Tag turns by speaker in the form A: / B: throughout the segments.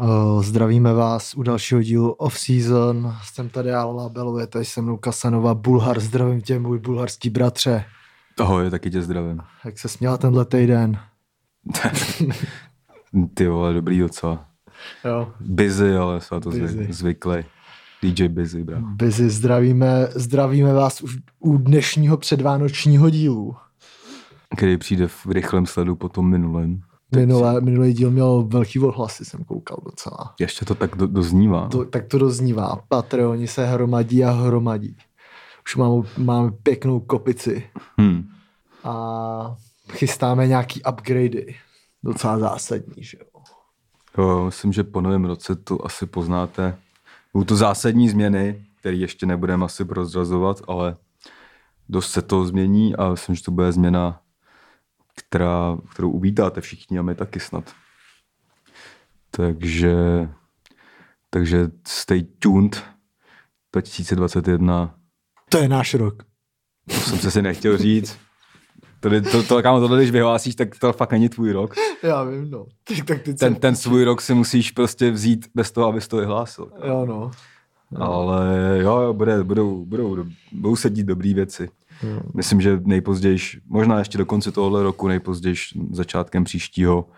A: Uh, Zdravíme vás u dalšího dílu Off-Season. Jsem tady Alala Belu, je tady se mnou Kasanova Bulhar. Zdravím tě, můj bulharský bratře.
B: Ahoj, taky tě zdravím.
A: Jak se směla tenhle týden?
B: Ty vole, dobrý docela.
A: Jo.
B: Busy, ale jsou na to
A: Busy.
B: zvyk, zvyklý. DJ Busy, bro.
A: Busy, zdravíme, zdravíme vás už u dnešního předvánočního dílu.
B: Který přijde v rychlém sledu po tom minulém.
A: Minulé, minulý díl měl velký ohlasy, jsem koukal docela.
B: Ještě to tak do, doznívá.
A: To, tak to doznívá. Patreoni se hromadí a hromadí. Už mám, máme pěknou kopici
B: Hm.
A: a chystáme nějaký upgradey. Docela zásadní, že jo.
B: Jo, Jako, myslím, že po novém roce to asi poznáte. Budou to zásadní změny, které ještě nebudeme asi prozrazovat, ale dost se to změní a myslím, že to bude změna, která, kterou uvítáte všichni a my taky snad. Takže, takže stay tuned 2021.
A: To je náš rok.
B: To jsem se si nechtěl říct. Tady, to, to, kámo, tohle, když vyhlásíš, tak to fakt není tvůj rok.
A: Já vím, no. Tak, tak teď
B: Ten,
A: jsem...
B: ten svůj rok si musíš prostě vzít bez toho, abys to vyhlásil.
A: Jo, no.
B: Ale jo, jo bude, budou, budou, budou sedít dobrý věci.
A: Hmm.
B: Myslím, že nejpozději, možná ještě do konce tohohle roku, nejpozději začátkem příštího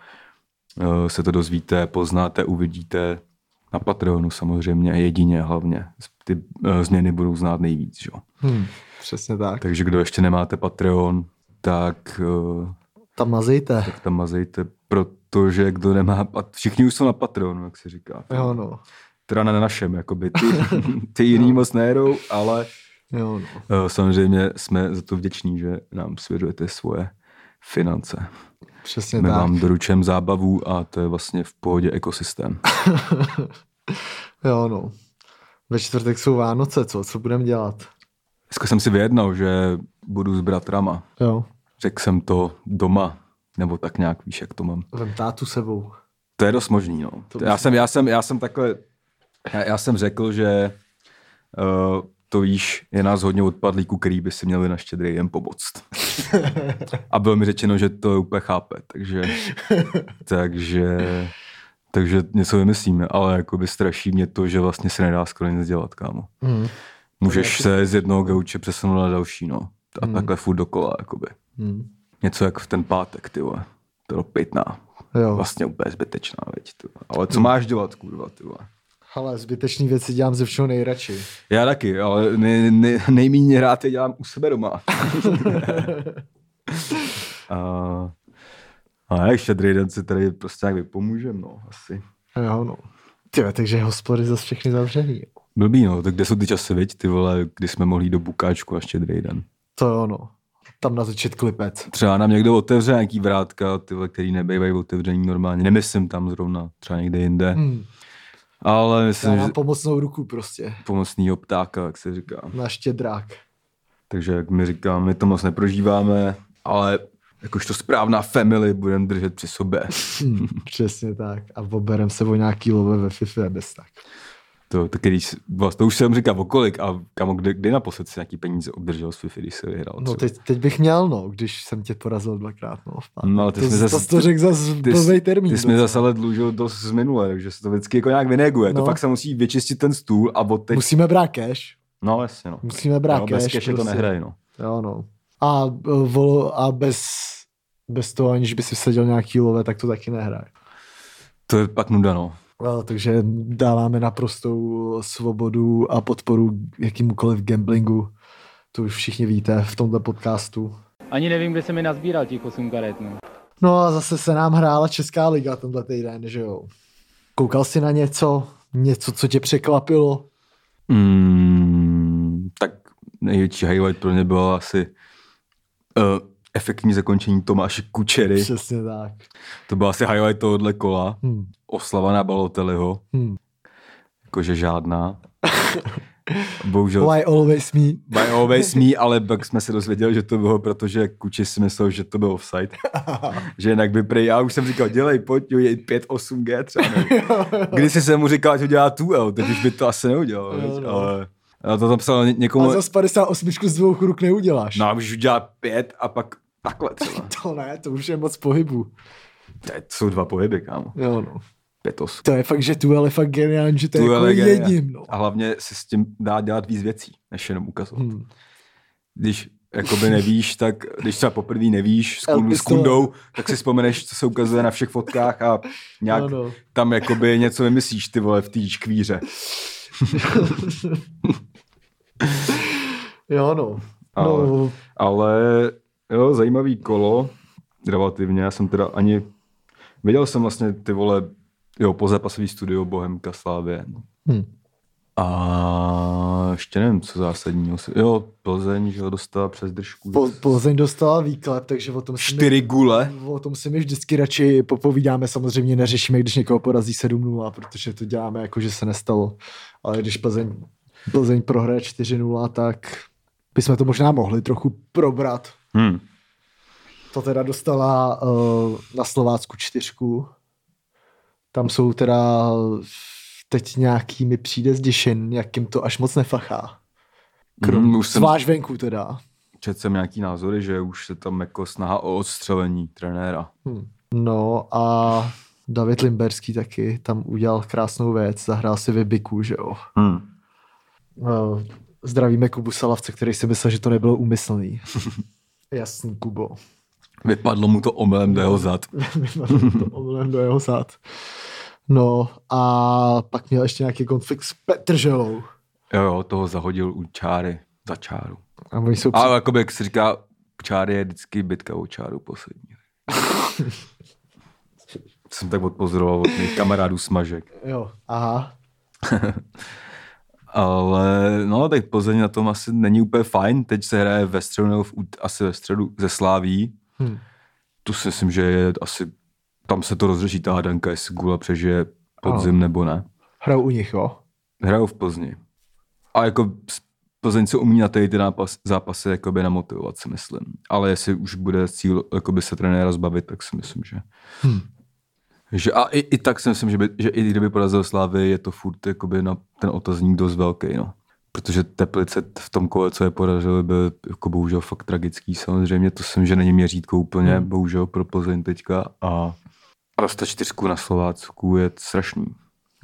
B: eh, se to dozvíte, poznáte, uvidíte na Patreonu samozřejmě, jedině hlavně. Ty eh, změny budou znát nejvíc. Že? jo.
A: Hm, přesně tak.
B: Takže kdo ještě nemáte Patreon, tak eh,
A: Tam mazejte.
B: tak tam mazejte, protože kdo nemá, pat- všichni už jsou na Patreonu, jak se říká.
A: Jo, no.
B: Teda na našem, jakoby. Ty, ty jiný moc nejedou, ale
A: Jo, no.
B: Eh, Samozřejmě jsme za to vděční, že nám svěřujete svoje finance.
A: Přesně
B: My
A: tak.
B: vám doručujeme zábavu a to je vlastně v pohodě ekosystém.
A: Jo, no. Ve čtvrtek jsou Vánoce, co? Co budeme dělat?
B: Dneska jsem si vyjednal, že budu s bratrama.
A: Jo.
B: Řekl jsem to doma, nebo tak nějak, víš, jak to mám.
A: Vem tátu sebou.
B: To je dost možný, no.
A: To
B: já,
A: bych-
B: jsem, já, jsem, já jsem takhle, já, já jsem řekl, že uh, to víš, je nás hodně odpadlíků, který by si měli na štědrý den pomoct. A bylo mi řečeno, že to úplně chápe, takže, takže, takže něco vymyslíme, ale jako by straší mě to, že vlastně se nedá skoro nic dělat, kámo.
A: Mm.
B: Můžeš se z jednoho gauče přesunout na další, no. A takhle furt dokola, jakoby.
A: Mm.
B: Něco jak v ten pátek, ty vole. To bylo pitná.
A: Jo.
B: Vlastně úplně zbytečná, veď, ty vole. Ale co máš dělat, kurva, ty vole?
A: Ale zbytečný věci dělám ze všeho nejradši.
B: Já taky, ale ne, ne, nejméně rád je dělám u sebe doma. a, a jak štědrý den si tady prostě nějak vypomůžem, no, asi.
A: Jo, no. Tyve, takže hospody zase všechny zavřený. jo.
B: Blbý, no, tak kde jsou ty časy, viď, ty vole, kdy jsme mohli jít do bukáčku na štědrý den.
A: To jo, no. Tam natočit klipec.
B: Třeba nám někdo otevře nějaký vrátka, ty vole, který nebývají otevřený normálně. Nemyslím tam zrovna, třeba někde jinde.
A: Mm.
B: Ale
A: Já
B: myslím, že
A: mám pomocnou ruku prostě.
B: pomocného ptáka, jak se říká.
A: Na štědrák.
B: Takže jak mi říkám, my to moc neprožíváme, ale jakožto správná family budeme držet při sobě.
A: Mm. Přesně tak. A oberem sebou nějaký love ve FIFA bez tak.
B: To, tak když, vlastně, to už jsem říkal okolik a kamo, kdy, kdy naposled si nějaký peníze obdržel z FIFA, když se vyhrál.
A: No
B: třeba?
A: teď, teď bych měl, no, když jsem tě porazil dvakrát, no. v pátek.
B: No, ale ty
A: to,
B: jsi mi
A: zas,
B: zas-
A: to, to řekl zase
B: ty,
A: blbej termín.
B: ty jsi mi
A: docela.
B: zase ale dlužil dost z minule, takže se to vždycky jako nějak vyneguje.
A: No.
B: To fakt se musí vyčistit ten stůl a od teď...
A: Musíme brát cash.
B: No jasně, no.
A: Musíme brát
B: no,
A: cash. prostě.
B: bez cash to nehraj, no.
A: Jo, no. A, eh, vol, a bez, bez toho, aniž by si vsadil nějaký love, tak to taky nehraj.
B: To je pak nuda, no.
A: No, takže dáváme naprostou svobodu a podporu jakýmukoliv gamblingu. To už všichni víte v tomto podcastu.
C: Ani nevím, kde se mi nazbíral těch 8 karet, no.
A: No a zase se nám hrála Česká liga tenhle týden, že jo. Koukal jsi na něco? Něco, co tě překvapilo?
B: Mm, tak největší highlight pro mě bylo asi uh, efektní zakončení Tomáše Kučery.
A: Přesně tak.
B: To byl asi highlight tohohle kola.
A: Hm.
B: Oslava na Baloteliho.
A: Hm.
B: Jakože žádná. Bohužel
A: Why always me?
B: by always me, ale pak jsme se dozvěděli, že to bylo, protože Kuči si myslel, že to byl offside. že jinak by prej, já už jsem říkal, dělej, pojď, jo, je 5, 8 G třeba. Nebo. Když jsi se mu říkal, že udělá tu L, teď už by to asi neudělal.
A: Jo,
B: viď,
A: no.
B: ale ale to tam psal ně-
A: A
B: někomu,
A: zas 58 z dvou ruk neuděláš.
B: no a už udělá pět a pak takhle třeba.
A: To ne, to už je moc pohybu.
B: To je- to jsou dva pohyby, kámo.
A: Jo, no.
B: pětos.
A: To je fakt, že tu ale fakt geniální, že to je
B: Tu
A: jako
B: ale geniální.
A: jedním. No.
B: A hlavně se s tím dá dělat víc věcí, než jenom ukazovat.
A: Hmm.
B: Když jakoby nevíš, tak když třeba poprvé nevíš s,
A: El
B: kun, s
A: Pistole.
B: kundou, tak si vzpomeneš, co se ukazuje na všech fotkách a nějak
A: No, no.
B: tam jakoby něco vymyslíš, ty vole, v té škvíře.
A: Jo, no.
B: Ale-
A: no.
B: Ale jo, zajímavý kolo, relativně, já jsem teda ani, viděl jsem vlastně ty vole, jo, pozápasový studio Bohemka Slávě.
A: Hm.
B: A ještě nevím, co zásadního. si- Jo, Plzeň, že ho dostala přes držku.
A: Po, Plzeň dostala výklep, takže o tom, si
B: Čtyři gule.
A: my, o tom si my vždycky radši popovídáme. Samozřejmě neřešíme, když někoho porazí 7-0, protože to děláme jako, že se nestalo. Ale když Plzeň, Plzeň prohraje 4-0, tak bychom to možná mohli trochu probrat.
B: Hmm.
A: To teda dostala uh, na Slovácku čtyřku. Tam jsou teda teď nějaký, mi přijde zděšen, jak jim to až moc nefachá. Krom,
B: Mm,
A: mm,
B: už jsem-
A: Zvlášť venku teda.
B: Četl jsem nějaký názory, že už se tam jako snaha o odstřelení trenéra.
A: Hm. No a David Limberský taky tam udělal krásnou věc, zahrál si vybiku, že jo.
B: Hmm.
A: Eh, Zdravíme Kubu Salavce, který si myslel, že to nebylo úmyslný. Jasný, Kubo.
B: Vypadlo mu to omelem do jeho zad.
A: Vymařil to omylem do jeho zad. No a pak měl ještě nějaký konflikt s Petrželou.
B: Jo, jo, toho zahodil u čáry. Za čáru.
A: A oni jsou
B: Ale jakoby, jak se říká, čáry je vždycky bitka o čáru poslední. To jsem tak odpozoroval od mých kamarádů smažek.
A: při... Jo, aha.
B: Ale no, tak Plzeň na tom asi není úplně fajn. Teď se hraje ve středu, nebo v, út- asi ve středu ze Sláví.
A: Hm.
B: Tu si myslím, že je asi, tam se to rozřeší ta hádanka, jestli Gula přežije podzim nebo ne.
A: Hrajou u nich, jo?
B: Hrajou v Plzni. A jako s- Plzeň se umí na tady ty nápas, zápasy jakoby namotivovat, si myslím. Ale jestli už bude cíl jakoby se trenéra zbavit, tak si myslím, že...
A: Hm.
B: že a i, i, tak si myslím, že, by, že i kdyby porazil Slávy, je to furt jakoby na ten otazník dost velký, no. Protože Teplice t- v tom kole, co je porazili, byl jako bohužel fakt tragický. Samozřejmě to jsem, že není měřítko úplně,
A: Hm.
B: bohužel pro Plzeň teďka. A dostat čtyřku na Slovácku je strašný.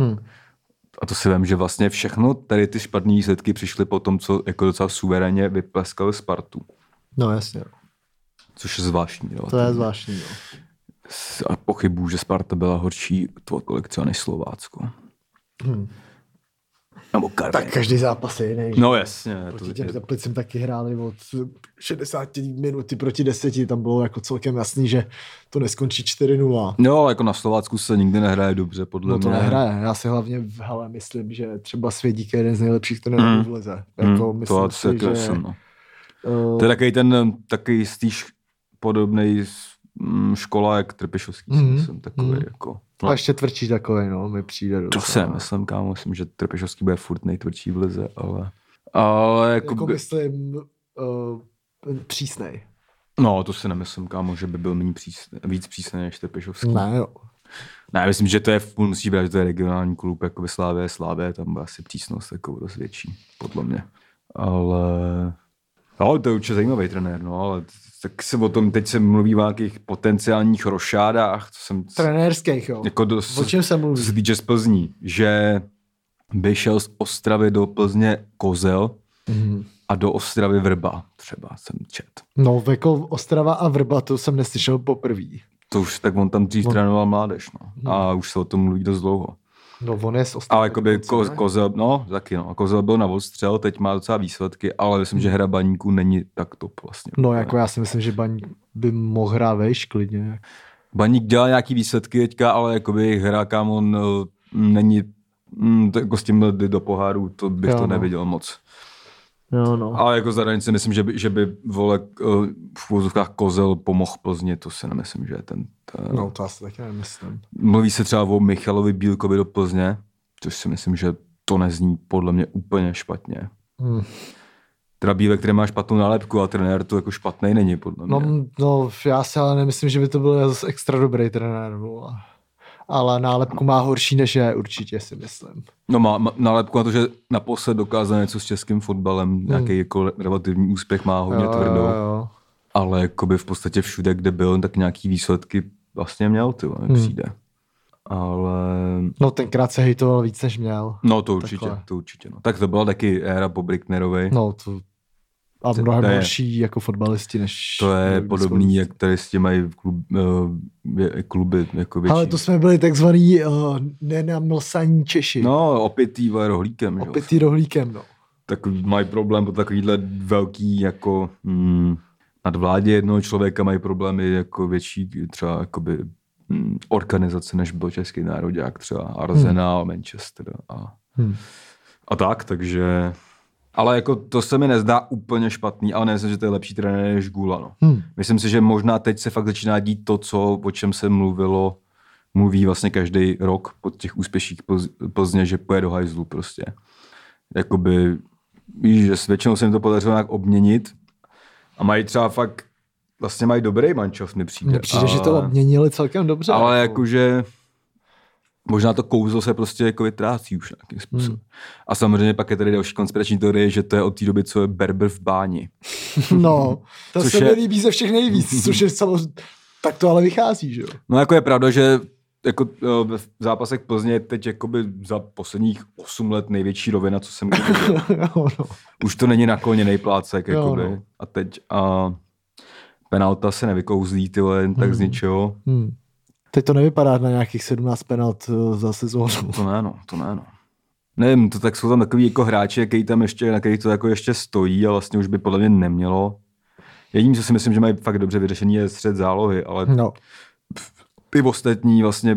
A: Hm.
B: A to si vím, že vlastně všechno tady ty špatné výsledky přišly po tom, co jako docela suverénně vypleskali Spartu.
A: No jasně, no.
B: Což je zvláštní. Jo.
A: to je zvláštní. no. Jo.
B: S- A pochybuju, že Sparta byla horší tvor kolekce než Slovácko.
A: Hm.
B: Nebo Karvin.
A: Tak každý zápas je jiný. že?
B: No jasně. To
A: Proti
B: je,
A: těm Teplicím taky hráli od 60 minuty proti 10, tam bylo jako celkem jasný, že to neskončí 4-0.
B: no, ale jako na Slovácku se nikdy nehraje dobře, podle
A: No to
B: mě.
A: nehraje. Já si hlavně v hele myslím, že třeba Svědík je jeden z nejlepších trenérů
B: Mm.
A: v lize.
B: Hm,
A: Jako myslím
B: to,
A: si, že...
B: jsem, no.
A: eh,
B: to je takový ten, takový stýž podobný škola, jak Trpišovský,
A: Mhm.
B: mm. jsem takový,
A: Mhm.
B: jako.
A: No. A ještě tvrdší takový, no, mi přijde.
B: To
A: docela.
B: se nemyslím, kámo, myslím, že Trpešovský bude furt nejtvrdší v lize, ale... Ale jako,
A: Jako
B: by...
A: myslím, uh, přísnej.
B: No, to si nemyslím, kámo, že by byl méně přísný, víc přísný než Trpešovský.
A: Ne, jo.
B: ne, myslím, že to je, musí brát, že to je regionální klub, jako by Slávě, Slávě, tam byla asi přísnost jako dost větší, podle mě. Ale... No, to je určitě zajímavý trenér, no, ale tak se o tom, teď se mluví o nějakých potenciálních rošádách, co jsem...
A: Trenérských, jo.
B: Jako dost...
A: O čem se
B: co
A: mluví?
B: se týče z Plzní, že by šel z Ostravy do Plzně Kozel
A: Mhm.
B: a do Ostravy Vrba, třeba jsem čet.
A: No, jako Ostrava a Vrba, to jsem neslyšel poprvé.
B: To už tak on tam dřív
A: On- Hmm.
B: trénoval mládež, no. A už se o tom mluví dost dlouho.
A: No, on je z Ostravy.
B: Ale jakoby ko,
A: ne?
B: Kozel, no taky no, Kozel byl na odstřel, teď má docela výsledky, ale myslím, že hra baníků není tak top vlastně.
A: No, jako já si myslím, že Baník by mohl hrát vejš klidně.
B: Baník dělá nějaký výsledky teďka, ale jakoby jejich hra, kam on e, není mm, to jako s tímhle jde do poháru, to bych
A: Jo,
B: to
A: no.
B: neviděl moc.
A: No, no.
B: Ale jako za hranici myslím, že by, že by vole k- e, v úvozovkách kozel pomohl Plzně, to si nemyslím, že je ten, ten...
A: No, to asi taky nemyslím.
B: Mluví se třeba o Michalovi Bílkovi do Plzně, což si myslím, že to nezní podle mě úplně špatně.
A: Hmm.
B: Teda Bílek, který má špatnou nálepku a trenér to jako špatný není podle mě.
A: No, no, já si ale nemyslím, že by to byl zase extra dobrý trenér. vole. Ale nálepku má horší než je, určitě si myslím.
B: No má, má nálepku na to, že naposled dokázal něco s českým fotbalem, nějaký jako relativní úspěch má hodně
A: Hmm. Jo,
B: tvrdou,
A: jo, jo. Hmm.
B: ale jakoby v podstatě všude, kde byl, tak nějaký výsledky vlastně měl, ty vole, mi přijde. ale...
A: No tenkrát se hejtoval víc, než měl.
B: No to určitě,
A: Takhle.
B: to určitě. No. Tak to byla taky éra po Bricknerovi.
A: No to a
B: To-
A: mnohem
B: to je-
A: horší jako fotbalisti, než...
B: To je
A: než-
B: podobný, jako jak tady s těmi mají v klub, eh, je- kluby jako větší.
A: Ale to jsme byli takzvaný uh, nenamlsaní Češi.
B: No, opětý vole rohlíkem. že jo.
A: Opětý rohlíkem, no.
B: Tak mají problém po takovýhle velký jako mm, nadvládě jednoho člověka mají problémy jako větší třeba jakoby mm, organizace, než byl český národák, třeba Arsenal, hmm. Manchester a,
A: Hmm.
B: a tak, takže... Ale jako to se mi nezdá úplně špatný, ale nemyslím, že to je lepší trenér než Gula, no.
A: Hmm.
B: Myslím si, že možná teď se fakt začíná dít to, co, o čem se mluvilo, mluví vlastně každý rok po těch úspěších Plz- Plzně, že poje do hajzlu prostě. Jakoby, víš, že s většinou se jim to podařilo nějak obměnit a mají třeba fakt, vlastně mají dobrý mančov, mi přijde.
A: Mně přijde, že to
B: ale-
A: obměnili celkem dobře.
B: ale
A: jako.
B: jakože možná to kouzlo se prostě jako vytrácí už nějakým způsobem. Hmm. A samozřejmě pak je tady další konspirační teorie, že to je od té doby, co je Berber v báni.
A: No, to
B: Což
A: se mi
B: je-
A: líbí ze všech nejvíc, což je samozřejmě... Tak to ale vychází, že jo?
B: No jako je pravda, že jako eh, v zápasech Plzně je teď jakoby za posledních 8 let největší rovina, co jsem kdy viděl.
A: no, no.
B: Už to není nakloněný plácek,
A: Jo,
B: jakoby.
A: no.
B: A teď a penalta se nevykouzlí, ty vole, jen tak z ničeho.
A: Hmm. Teď to nevypadá na nějakých 17 penalt eh, za sezónu.
B: To ne, no, to ne, no. Nevím, to tak jsou tam takový jako hráči, který tam ještě, na který to jako ještě stojí a vlastně už by podle mě nemělo. Jediný, co si myslím, že mají fakt dobře vyřešený, je střed zálohy, ale
A: No,
B: ty ostatní vlastně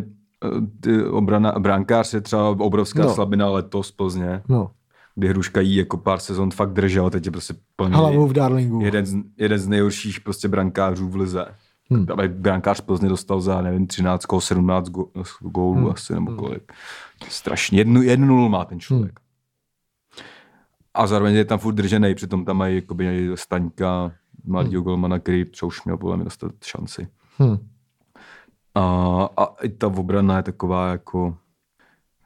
B: eh, ty obrana, bránkář je třeba obrovská
A: No.
B: no. slabina letos Plzně,
A: no.
B: kdy Hruška jí jako pár sezon fakt držel, teď je prostě plný
A: Hlavou v Darlingu.
B: jeden z, jeden z nejhorších prostě brankářů v lize.
A: Hmm.
B: Hmm. Ale brankář Plzně dostal za, nevím, 13, 17 go, gólů hmm. asi, nebo kolik. Strašně. Jednu, jednu nulu má ten člověk. Hmm. A zároveň je tam furt držený, přitom tam mají jakoby Staňka, mladýho hmm. golmana, který třeba už měl podle mě dostat šanci.
A: Hmm.
B: A, a i ta obrana je taková jako,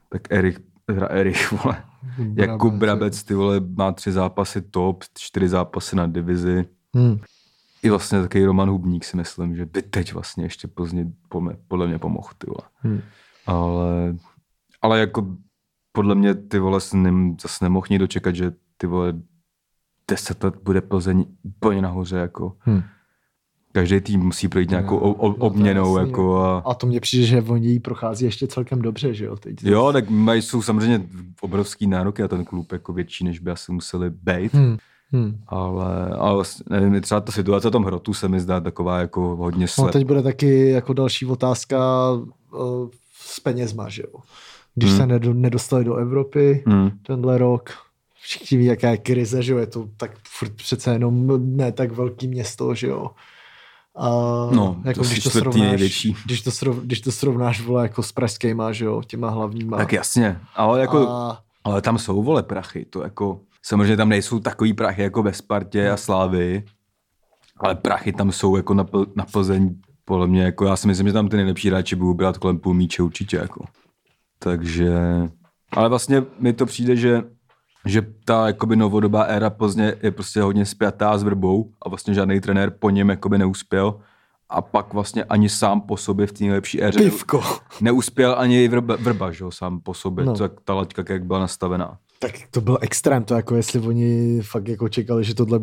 B: tak Erik, teda Erik, vole,
A: Brabec, eh.
B: Jakub Brabec, ty vole, má tři zápasy top, čtyři zápasy na divizi.
A: Hmm.
B: I vlastně takový Roman Hubník si myslím, že by teď vlastně ještě Plzně pome- podle mě pomohl, ty vole.
A: Hmm.
B: Ale, ale jako podle mě ty vole s ním zase nemohl nikdo čekat, že ty vole deset let bude Plzeň úplně nahoře, jako.
A: Hmm.
B: Každý tým musí projít nějakou
A: No,
B: o- o-
A: no, to je
B: obměnou,
A: jasný,
B: jako a...
A: A to mně přijde, že oni jí prochází ještě celkem dobře, že jo? Teď.
B: Jo, tak mají, jsou samozřejmě obrovský nároky na ten klub, jako větší, než by asi museli být.
A: Hmm. Hmm.
B: Ale, ale vlastně, nevím, třeba ta situace v tom hrotu se mi zdá taková jako hodně
A: No
B: slep.
A: teď bude taky jako další otázka uh, s penězma, že jo? Když
B: Hmm.
A: se nedo, nedostali do Evropy
B: Hmm.
A: tenhle rok, všichni ví, jaká je krize, že jo? Je to tak furt přece jenom ne tak velký město, že jo? A jako
B: No, to asi čtvrtý největší.
A: Když to, srov, když to srovnáš, vole, jako s pražskýma, že jo, těma hlavníma.
B: Tak jasně, ale, jako, a...
A: A,
B: ale tam jsou vole prachy, to jako, samozřejmě tam nejsou takový prachy jako ve Spartě a Slávy, ale prachy tam jsou jako na, Pl- na Plzeň, podle mě, jako já si myslím, že tam ty nejlepší hráči budou brát kolem půl míče určitě, jako. Takže, ale vlastně mi to přijde, že že ta jakoby novodobá éra Plzně je prostě hodně spjatá s vrbou a vlastně žádný trenér po něm jakoby neuspěl a pak vlastně ani sám po sobě v té nejlepší éře
A: pivko.
B: neuspěl ani vrba, vrba že jo, sám po sobě,
A: No.
B: no. tak ta laťka, jak byla nastavená.
A: Tak to byl extrém, to jako jestli oni fakt jako čekali, že tohle,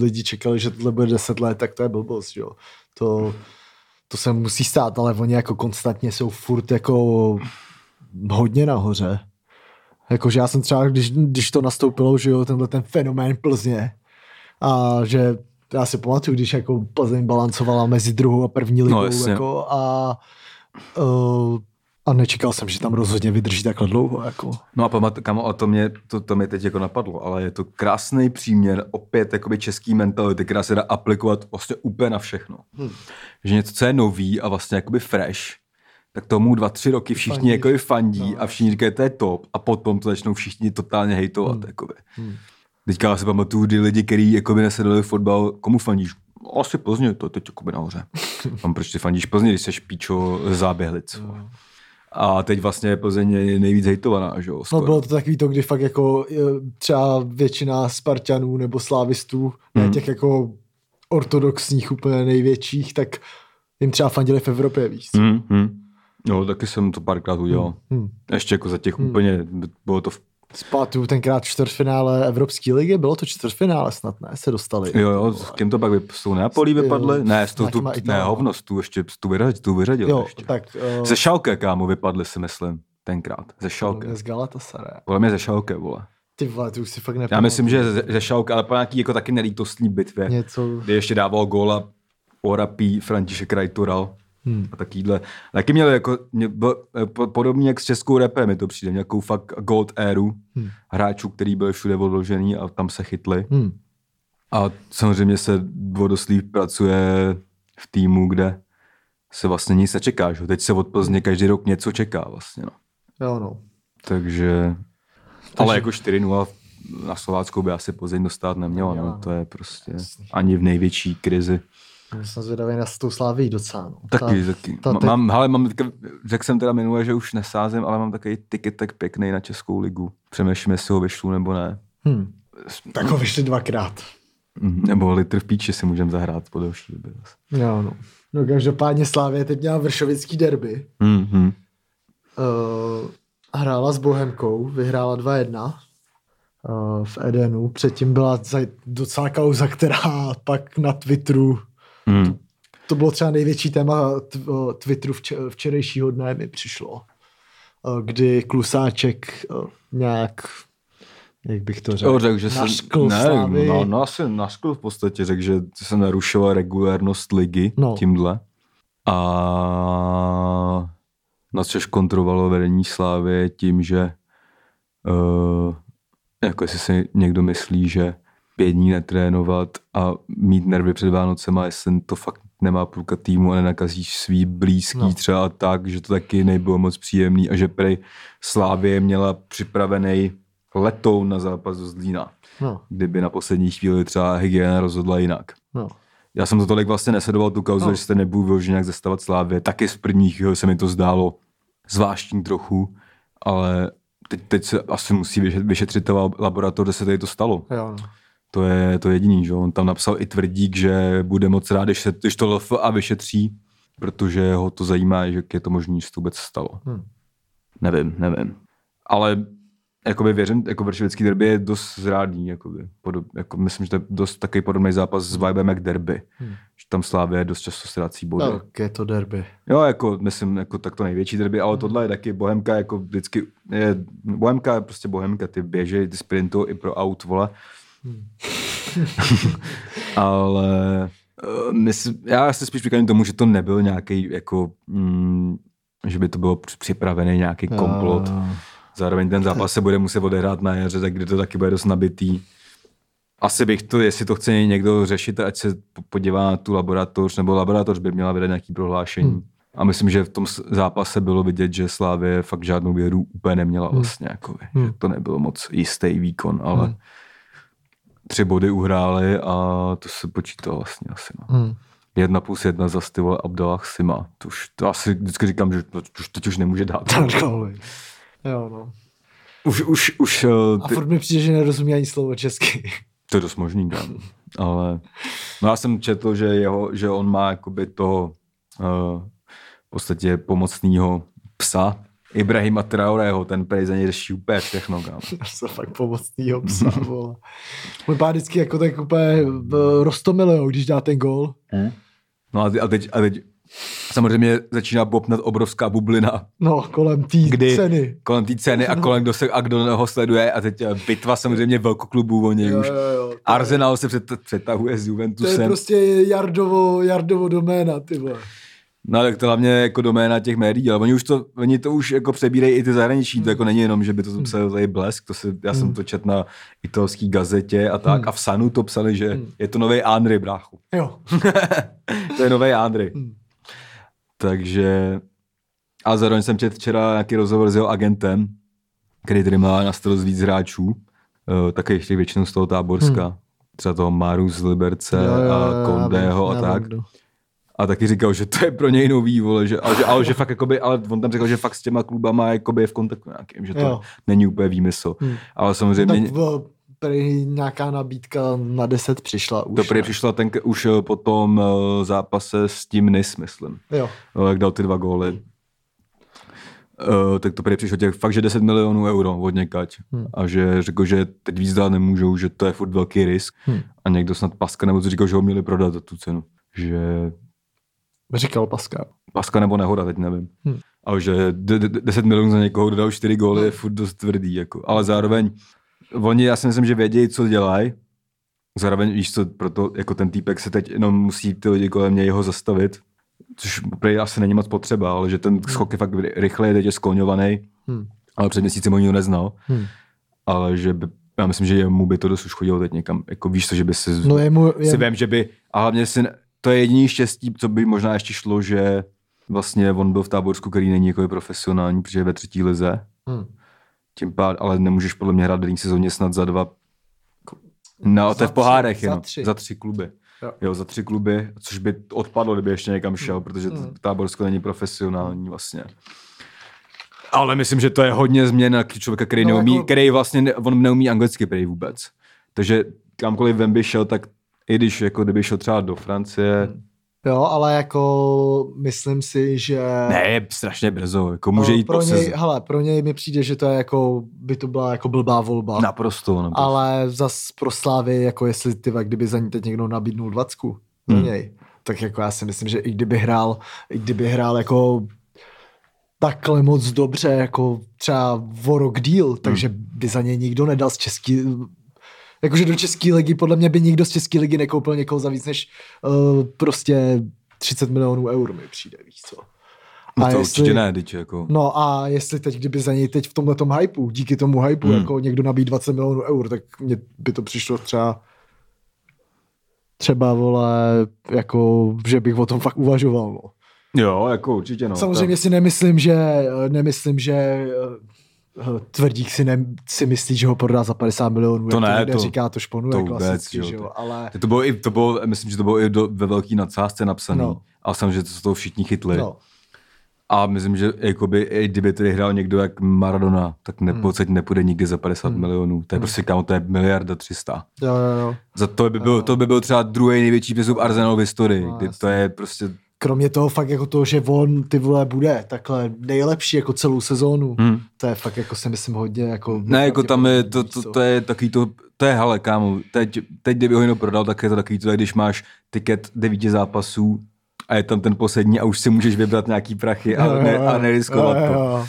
A: lidi čekali, že tohle bude 10 let, tak to je blbost, jo. To, to se musí stát, ale oni jako konstantně jsou furt jako hodně nahoře. Jakože já jsem třeba, když, když to nastoupilo, že jo, tenhle ten fenomén Plzně, a že já si pamatuju, když jako Plzeň balancovala mezi druhou a první ligou,
B: jasně.
A: jako a uh, a nečekal jsem, že tam rozhodně vydrží takhle dlouho, jako.
B: No a pamat, kamo, a to mě, to, to mě teď jako napadlo, ale je to krásný příměr opět jakoby český mentality, která se dá aplikovat vlastně úplně na všechno.
A: Hm.
B: Hmm. Že něco, co je nový a vlastně jakoby fresh, tak tomu dva, tři roky všichni
A: Fandí.
B: fandí. jakoby fandí
A: No.
B: no. a všichni říkají, to je top a potom to začnou všichni totálně hejtovat.
A: Hm.
B: Hmm. Jakoby. Hmm. Teďka já si pamatuju ty lidi, kteří jakoby nesedali fotbal, komu fandíš? Asi Plzně, to je teď jakoby nahoře. Tam proč ty prostě fandíš Plzně, když seš píčo ze záběhlic. No. A teď vlastně Plzeň je nejvíc hejtovaná, že jo?
A: No
B: skoro.
A: bylo to takový to, kdy fakt jako eh, třeba většina Spartanů nebo Slávistů,
B: Hmm.
A: mm. těch jako ortodoxních úplně největších, tak jim třeba fandili v Evropě víc. Mm.
B: Mm-hmm. Jo, taky jsem to párkrát udělal.
A: Hmm.
B: Ještě jako za těch úplně, bylo to v
A: Spátu tenkrát čtvrtfinále Evropské ligy, bylo to čtvrtfinále snad, ne? Se dostali.
B: Jo, jo, s kým to pak vyp- s tou Neapolí
A: Jo,
B: vypadly? Ne, s
A: s
B: tou, tu,
A: nějakýma Italama.
B: ne, hovno, s tu ještě, s tu vyřadil, tu vyřadil
A: jo
B: ještě.
A: tak uh,
B: Ze Šalke, kámo, vypadly si myslím, tenkrát, ze Šalke.
A: z Galatasaray.
B: Podle mě ze Šalke, vole.
A: Ty vole, ty už si fakt nepamatuji.
B: Já myslím, že ze, ze Šalke, ale po nějaký jako taky nelítostný bitvě,
A: Něco,
B: kdy ještě dával góla Orapí, František Rajtural
A: Hmm.
B: a takýhle. Taky měl jako, mě, byl, eh, po- podobně jak s českou repem, mi to přijde, nějakou fakt gold éru
A: Hmm.
B: hráčů, který byl všude odložený a tam se chytli.
A: hm,
B: A samozřejmě se vodoslív pracuje v týmu, kde se vlastně nic nečeká. Že? jo? Teď se od Plzně každý rok něco čeká vlastně. No.
A: jo no.
B: Takže... Ale jako 4-0 na Slovácku by asi Plzeň dostat neměla.
A: Neměla,
B: No. To je prostě
A: Jasný.
B: ani v největší krizi.
A: Jsem zvědavý na s tou Sláví docela. No.
B: Taky, ta, taky.
A: ta
B: Ta,
A: teď-
B: mám, hele, mám, teďka- řekl jsem teda minule, že už nesázím, ale mám takový tiket tak pěkný na Českou ligu. Přemýšlím, jestli ho vyšlu nebo ne. Hmm.
A: Hm. Tak ho vyšli dvakrát.
B: Mhm, Nebo litr v píči si můžeme zahrát po delší době.
A: Jo no. No každopádně Slávě teď měla vršovický derby.
B: Mm-hmm.
A: Uh, hrála s Bohemkou, vyhrála 2-1 uh, v Edenu. Předtím byla za- docela kauza, která pak na Twitteru,
B: Mm.
A: to bylo třeba největší téma tw- eh, Twitteru vč- včerejšího dne mi přišlo, eh, kdy Klusáček eh, nějak, jak bych to řekl,
B: Jo, řekl, že
A: nařkl
B: ne,
A: Slávy.
B: no, no, asi naskl v podstatě, řekl, že se narušila regulérnost ligy
A: No.
B: no. tímhle. A na což kontrolovalo vedení Slávy tím, že uh, jako jestli si někdo myslí, že pět dní netrénovat a mít nervy před Vánocema, jestli to fakt nemá půlka týmu a nenakazíš svý blízký
A: No.
B: no. třeba a tak, že to taky nebylo moc příjemný a že prej Slávě měla připravený letoun na zápas do Zlína,
A: no,
B: kdyby na poslední chvíli třeba hygiena rozhodla jinak.
A: no.
B: Já jsem to tolik vlastně nesledoval tu kauzu,
A: No.
B: no. že jste nebudu vyloženě nějak zastavat Slávě. Taky z prvních chvíli se mi to zdálo zvláštní trochu, ale teď, teď se asi musí vyšet- vyšetřit ta lab- laborator, kde se tady to stalo.
A: Jo, no.
B: To je to jediný, že jo. on tam napsal i tvrdík, že bude moc rád, když, se, když to LF a vyšetří, protože ho to zajímá, že jak je to možné, že se to vůbec stalo.
A: Hm.
B: Nevím, nevím. Ale jakoby věřím, jako vršovický derby je dost zrádný. Jakoby. Podob, jako myslím, že to je dost takový podobný zápas s vibem jak derby.
A: Hmm.
B: Hmm. Že tam Slávě dost často ztrácí body. No.
A: Tak je to derby.
B: Jo, jako, myslím, jako tak to největší derby, ale tohle je taky Bohemka, jako vždycky, je, Bohemka je prostě Bohemka, ty běží, ty sprintu i pro aut, vole. ale eh, mysl, já se spíš přikláním tomu, že to nebyl nějaký, jako, mm, že by to bylo při- připravený nějaký komplot.
A: Jo.
B: Zároveň ten zápas se bude muset odehrát na jaře, tak kde to taky bude dost nabitý. Asi bych to, jestli to chce někdo řešit, ať se po- podívá na tu laboratoř, nebo laboratoř by měla vydat nějaký prohlášení. Hmm. A myslím, že v tom s- zápase bylo vidět, že Slávě fakt žádnou věru úplně neměla vlastně. Jako,
A: Hmm.
B: hmm. To nebyl moc jistý výkon, ale hmm. tři body uhráli a to se počítalo vlastně asi. No.
A: Hm.
B: Jedna plus jedna za ty vole Abdallah Sima. To už, to asi vždycky říkám, že to, už, teď už nemůže dát.
A: Tak, ale- Jo, no.
B: Už, už, už, eh,
A: A
B: ty-
A: furt mi přijde, že nerozumí ani slovo česky.
B: To je dost možný, kámo. Ale no já jsem četl, že, jeho, že on má jakoby toho uh, v podstatě pomocného psa, Ibrahima Traoreho, ten prej za něj řeší úplně všechno, kámo.
A: Já jsem fakt pomocnýho psa, vole. Můj pán vždycky jako tak úplně eh, roztomil, jo, když dá ten gól.
B: No a, te- a, teď, a teď samozřejmě začíná bobnat obrovská bublina
A: No, kolem té
B: Kdy?
A: ceny.
B: kolem té ceny a kolem kdo, se, a kdo ho sleduje a teď eh, bitva samozřejmě velkoklubů o něj
A: Jo,
B: už.
A: jo, jo. To, je,
B: Arsenal se přet, přetahuje s
A: to je
B: Juventusem.
A: prostě Jardovo, Jardovo doména, ty vole.
B: No tak to hlavně je jako doména těch médií, ale oni už to, oni to už jako přebírají i ty zahraniční,
A: Mm.
B: to jako není jenom, že by to psal tady Blesk, to se, já jsem to četl na italský gazetě a
A: Mm.
B: tak, a v Sanu to psali, že je to nový Andry, bráchu.
A: Jo.
B: To je nový Andry.
A: Mm.
B: Takže, a zároveň jsem četl včera nějaký rozhovor s jeho agentem, který tady má na starost víc hráčů, eh, taky ještě většinou z toho táborska, třeba toho Maru z Liberce
A: Mm. Jo, jo, jo,
B: a
A: já
B: Kondého
A: vím,
B: a
A: já vím,
B: tak.
A: no. kdo.
B: A taky říkal, že to je pro něj nový, vole, že, ale, že, ale, že fakt, jakoby, ale on tam říkal, že fakt s těma klubama jakoby je v kontaktu nějakým, že to
A: Jo.
B: jo. není úplně výmysl.
A: Hmm.
B: Hmm. Ale samozřejmě
A: Tak
B: tak,
A: vole, prý nějaká nabídka na 10 přišla už.
B: to prý
A: ne?
B: přišla ten, už eh, po tom eh, zápase s tím NIS, myslím,
A: Jo.
B: eh, jak dal ty dva góly. Uh, tak to prý přišlo těch fakt, že 10 milionů euro od někať. Hmm. A že řekl, že teď víc dát nemůžou, že to je furt velký risk. Hmm. A někdo snad Paska nebo to říkal, že ho měli prodat za tu cenu. Že
A: Říkal Pascal.
B: Paska nebo nehoda, teď nevím. Hmm. Ale že de- de- 10 milionů za někoho dodal 4 góly je furt dost tvrdý. Jako. Ale zároveň oni, já si myslím, že vědějí, co dělají. Zároveň víš co, proto jako ten týpek se teď jenom musí ty lidi kolem něj ho zastavit, což prý asi není moc potřeba, ale že ten skok je fakt ry- rychlej, teď je skloňovaný,
A: Hmm.
B: ale před měsícem ho nikdo neznal,
A: Hmm.
B: ale že by, já myslím, že mu by to dost už chodilo teď někam, jako víš co, že by se
A: No je mu,
B: si
A: je,
B: vím, že by, a hlavně si, ne- to je jediný štěstí, co by možná ještě šlo, že vlastně on byl v táborsku, který není jako je profesionální, protože je ve třetí lize,
A: hmm.
B: tím pád, ale nemůžeš podle mě hrát v denní sezóně snad za dva, no
A: Za
B: to je v
A: tři,
B: pohárech
A: za
B: jenom,
A: tři.
B: za tři kluby.
A: Jo. Mm.
B: Jo. jo. za tři kluby, což by odpadlo, kdyby ještě někam šel, protože t- táborsko není profesionální vlastně. Ale myslím, že to je hodně změna k- člověka, který,
A: No,
B: no, neumí,
A: jako-
B: jako... který vlastně ne, on neumí anglicky prý vůbec. Takže kamkoliv vem by šel, tak i když jako kdyby šel třeba do Francie,
A: Mm.
B: hmm.
A: Jo, ale jako myslím si, že...
B: ne, je strašně brzo, jako může
A: No,
B: jít
A: pro
B: pro
A: něj, hele, pro něj mi přijde, že to je jako, by to byla jako blbá volba.
B: naprosto, no, naprosto. Ale...
A: Ale zas pro Slávy, jako jestli ty, vole, kdyby za ní teď někdo nabídnul dvacku za
B: Hmm.
A: něj, tak jako já si myslím, že i kdyby hrál, i kdyby hrál jako takhle moc dobře, jako třeba o rok
B: Hmm.
A: díl, takže by za něj nikdo nedal z český, jakože do české ligy, podle mě by nikdo z české ligy nekoupil někoho za víc než uh, prostě 30 milionů eur mi přijde, víš co.
B: No
A: A
B: to
A: jestli-
B: určitě ne, teď jako.
A: No a jestli teď, kdyby za něj teď v tomhle hypeu, díky tomu hypeu,
B: Hmm.
A: jako někdo nabíjí 20 milionů eur, tak mně by to přišlo třeba třeba, vole, jako, že bych o tom fakt uvažoval, no.
B: Jo, jako určitě no.
A: Samozřejmě si nemyslím, že nemyslím, že eh, tvrdík si, ne, si myslí, že ho prodá za 50 milionů.
B: To
A: jak
B: ne,
A: někde
B: to-
A: říká, to šponuje
B: to
A: to
B: vůbec,
A: klasicky,
B: jo,
A: že jo, ale...
B: To- To bylo, i, to bylo, myslím, že to bylo i do, ve velký nadsázce napsaný.
A: No.
B: No. A jsem, že to se toho všichni chytli.
A: No,
B: A myslím, že jakoby, i kdyby tady hrál někdo jak Maradona, tak nepocit hmm. nepůjde nikdy za 50 hmm. milionů. To je prostě kámo, to je miliarda 300.
A: jo, jo, jo.
B: Za to by byl, to by byl třeba druhý největší přestup Arsenalu v historii.
A: No,
B: No, kdy
A: jasně.
B: to je prostě...
A: Kromě toho fakt jako to, že on ty vole bude takhle nejlepší jako celou sezónu.
B: Hmm.
A: To je fakt jako si myslím hodně jako...
B: Ne, jako tam je, to,
A: víš
B: to,
A: co.
B: to je takový to, to je hele, kámo, teď, teď kdyby ho jenom prodal, tak je to takový to, jak když máš tiket devíti zápasů a je tam ten poslední a už si můžeš vybrat nějaký prachy a, ne, a neriskovat
A: Jo, jo,
B: to.
A: jo.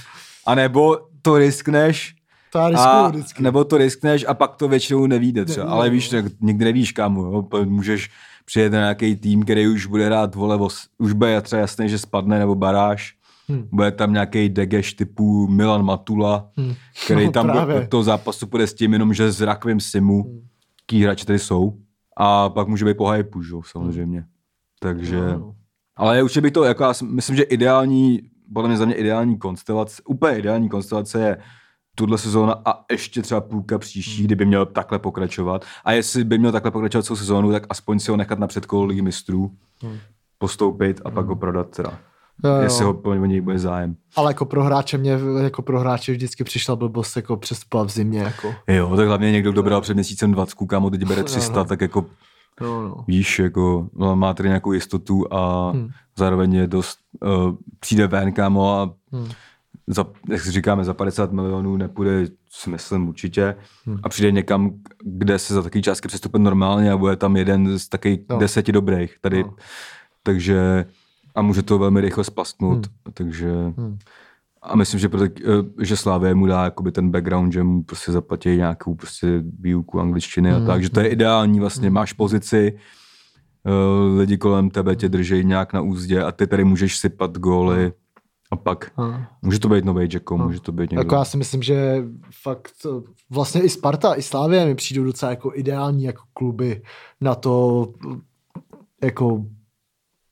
B: A nebo to riskneš,
A: To já riskuju
B: a,
A: vždycky.
B: nebo to riskneš a pak to většinou nevíde třeba.
A: Ne-
B: Ale
A: no.
B: víš, tak nikdy nevíš kam, jo? P- můžeš přijet na nějaký tým, který už bude hrát vole, os- už bude třeba jasný, že spadne nebo baráž.
A: Hmm.
B: Hmm. Bude tam nějaký degeš typu Milan Matula,
A: Hmm.
B: hmm. který
A: No,
B: tam do,
A: právě.
B: do toho zápasu půjde s tím jenom, že s Rakvem Simu, hmm. ký hráči tady jsou. A pak může být po hypu, že jo, samozřejmě. Takže...
A: Jo, no.
B: Ale určitě bych to, jako já si myslím, že ideální, podle mě za mě ideální konstelace, úplně ideální konstelace je tuhle sezóna a ještě třeba půlka příští, kdyby měl takhle pokračovat. A jestli by měl takhle pokračovat celou sezónu, tak aspoň si ho nechat na předkolo ligy mistrů, postoupit a pak ho prodat teda.
A: Jo, jo.
B: Jestli ho po o něj bude zájem.
A: Ale jako pro hráče mě, jako pro hráče vždycky přišla blbost jako přespa v zimě, jako.
B: Jo, tak hlavně někdo, kdo bral před měsícem 20, kámo, teď bere 300, tak jako
A: No, no.
B: víš, jako no, má tady nějakou jistotu a
A: Hm,
B: hmm. zároveň je dost, uh, přijde ven, kámo, a hmm.
A: hm,
B: za, jak si říkáme, za 50 milionů nepůjde smyslem určitě hmm. a přijde někam, kde se za takový částky přestupe normálně a bude tam jeden z takových
A: No.
B: no. deseti dobrých tady.
A: No.
B: No. Takže a může to velmi rychle spasknout, hmm. takže hmm. a myslím, že, proto, eh, že Slávě mu dá jakoby ten background, že mu prostě zaplatí nějakou prostě výuku angličtiny hmm. a tak, že to je ideální vlastně, hmm. máš pozici, Eh, lidi kolem tebe tě držejí nějak na úzdě a ty tady můžeš sypat góly a pak
A: Ano.
B: může to být nový Jacko, může to být někdo.
A: hm. Jako já si myslím, že fakt eh, vlastně i Sparta, i Slávě mi přijdou docela jako ideální jako kluby na to hm, jako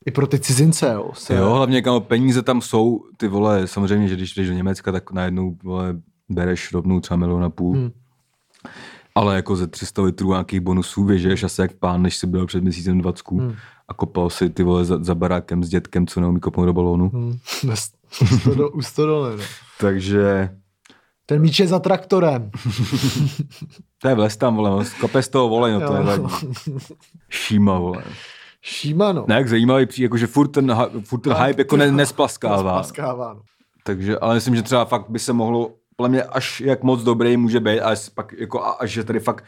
A: i pro ty cizince, jo. Se,
B: Jo, hlavně kam peníze tam jsou, ty vole, samozřejmě, že když jdeš do Německa, tak najednou vole, bereš rovnou třeba milion a půl.
A: Hmm.
B: Hmm. Ale jako ze 300 litrů nějakých bonusů běžeš asi jak pán, než si byl před měsícem 20
A: Hmm.
B: hmm. a kopal si ty vole za, za, barákem s dětkem, co neumí kopnout do balónu. Hmm.
A: Hm, u Stodo- U Stodole, no.
B: Takže
A: Ten míč je za traktorem.
B: to je vles tam, vole, kope z toho volej, no to
A: Jo.
B: nevadí. Šíma, vole.
A: Šímano.
B: Ne, jak zajímavý, přijde, jako, že furt ten, ha- furt ten hype jako ne, nesplaskává.
A: Spaskává, no.
B: Takže, ale myslím, že třeba fakt by se mohlo podle mě až jak moc dobrý může být, ale pak jako a- až že tady fakt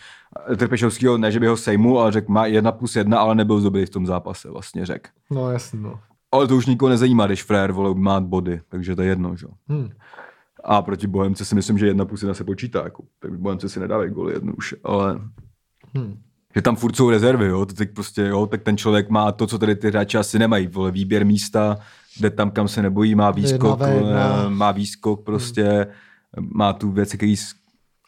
B: eh, Trpešovskýho, ne že by ho sejmu, ale řekl má jedna plus jedna, ale nebyl dobrý v tom zápase, vlastně řekl.
A: No jasně, no.
B: Ale to už nikoho nezajímá, když frér vole má body, takže to je jedno, že? jo.
A: Hm.
B: A proti Bohemce si myslím, že jedna plus jedna se počítá, jako, tak Bohemce si nedávají goly jednu už, ale
A: Hm.
B: že tam furt jsou rezervy, jo, to teď prostě, jo, tak ten člověk má to, co tady ty hráči asi nemají, vole, výběr místa, jde tam, kam se nebojí, má výskok,
A: ve jedna.
B: vole, má výskok prostě, má tu věci, který s-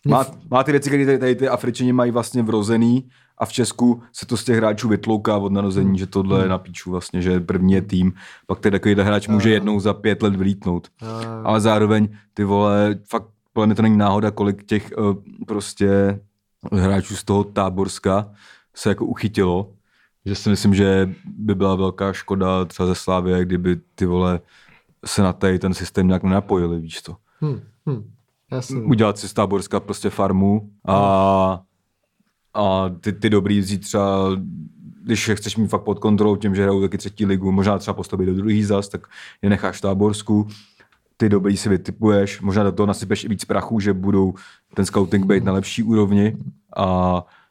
B: má, má ty věci, které tady, tady ty Afričani mají vlastně vrozený a v Česku se to z těch hráčů vytlouká od narození, že tohle je na píču vlastně, že první je tým, pak ten takovýhle hráč může jednou za pět let vylítnout.
A: A,
B: Ale zároveň ty vole, fakt podle mě to není náhoda, kolik těch eh, prostě hráčů z toho táborska se jako uchytilo. Že si myslím, že by byla velká škoda třeba ze Slávě, kdyby ty vole se na tady ten systém nějak nenapojili, víš to.
A: hm. Hm. Jasně.
B: Udělat si z táborska prostě farmu a, a ty, ty dobrý vzít třeba když je chceš mít fakt pod kontrolou tím, že hrajou taky třetí ligu, možná třeba postavit do druhý zas, tak je necháš v táborsku, ty dobrý si vytipuješ, možná do toho nasypeš i víc prachu, že budou ten scouting být na lepší úrovni a,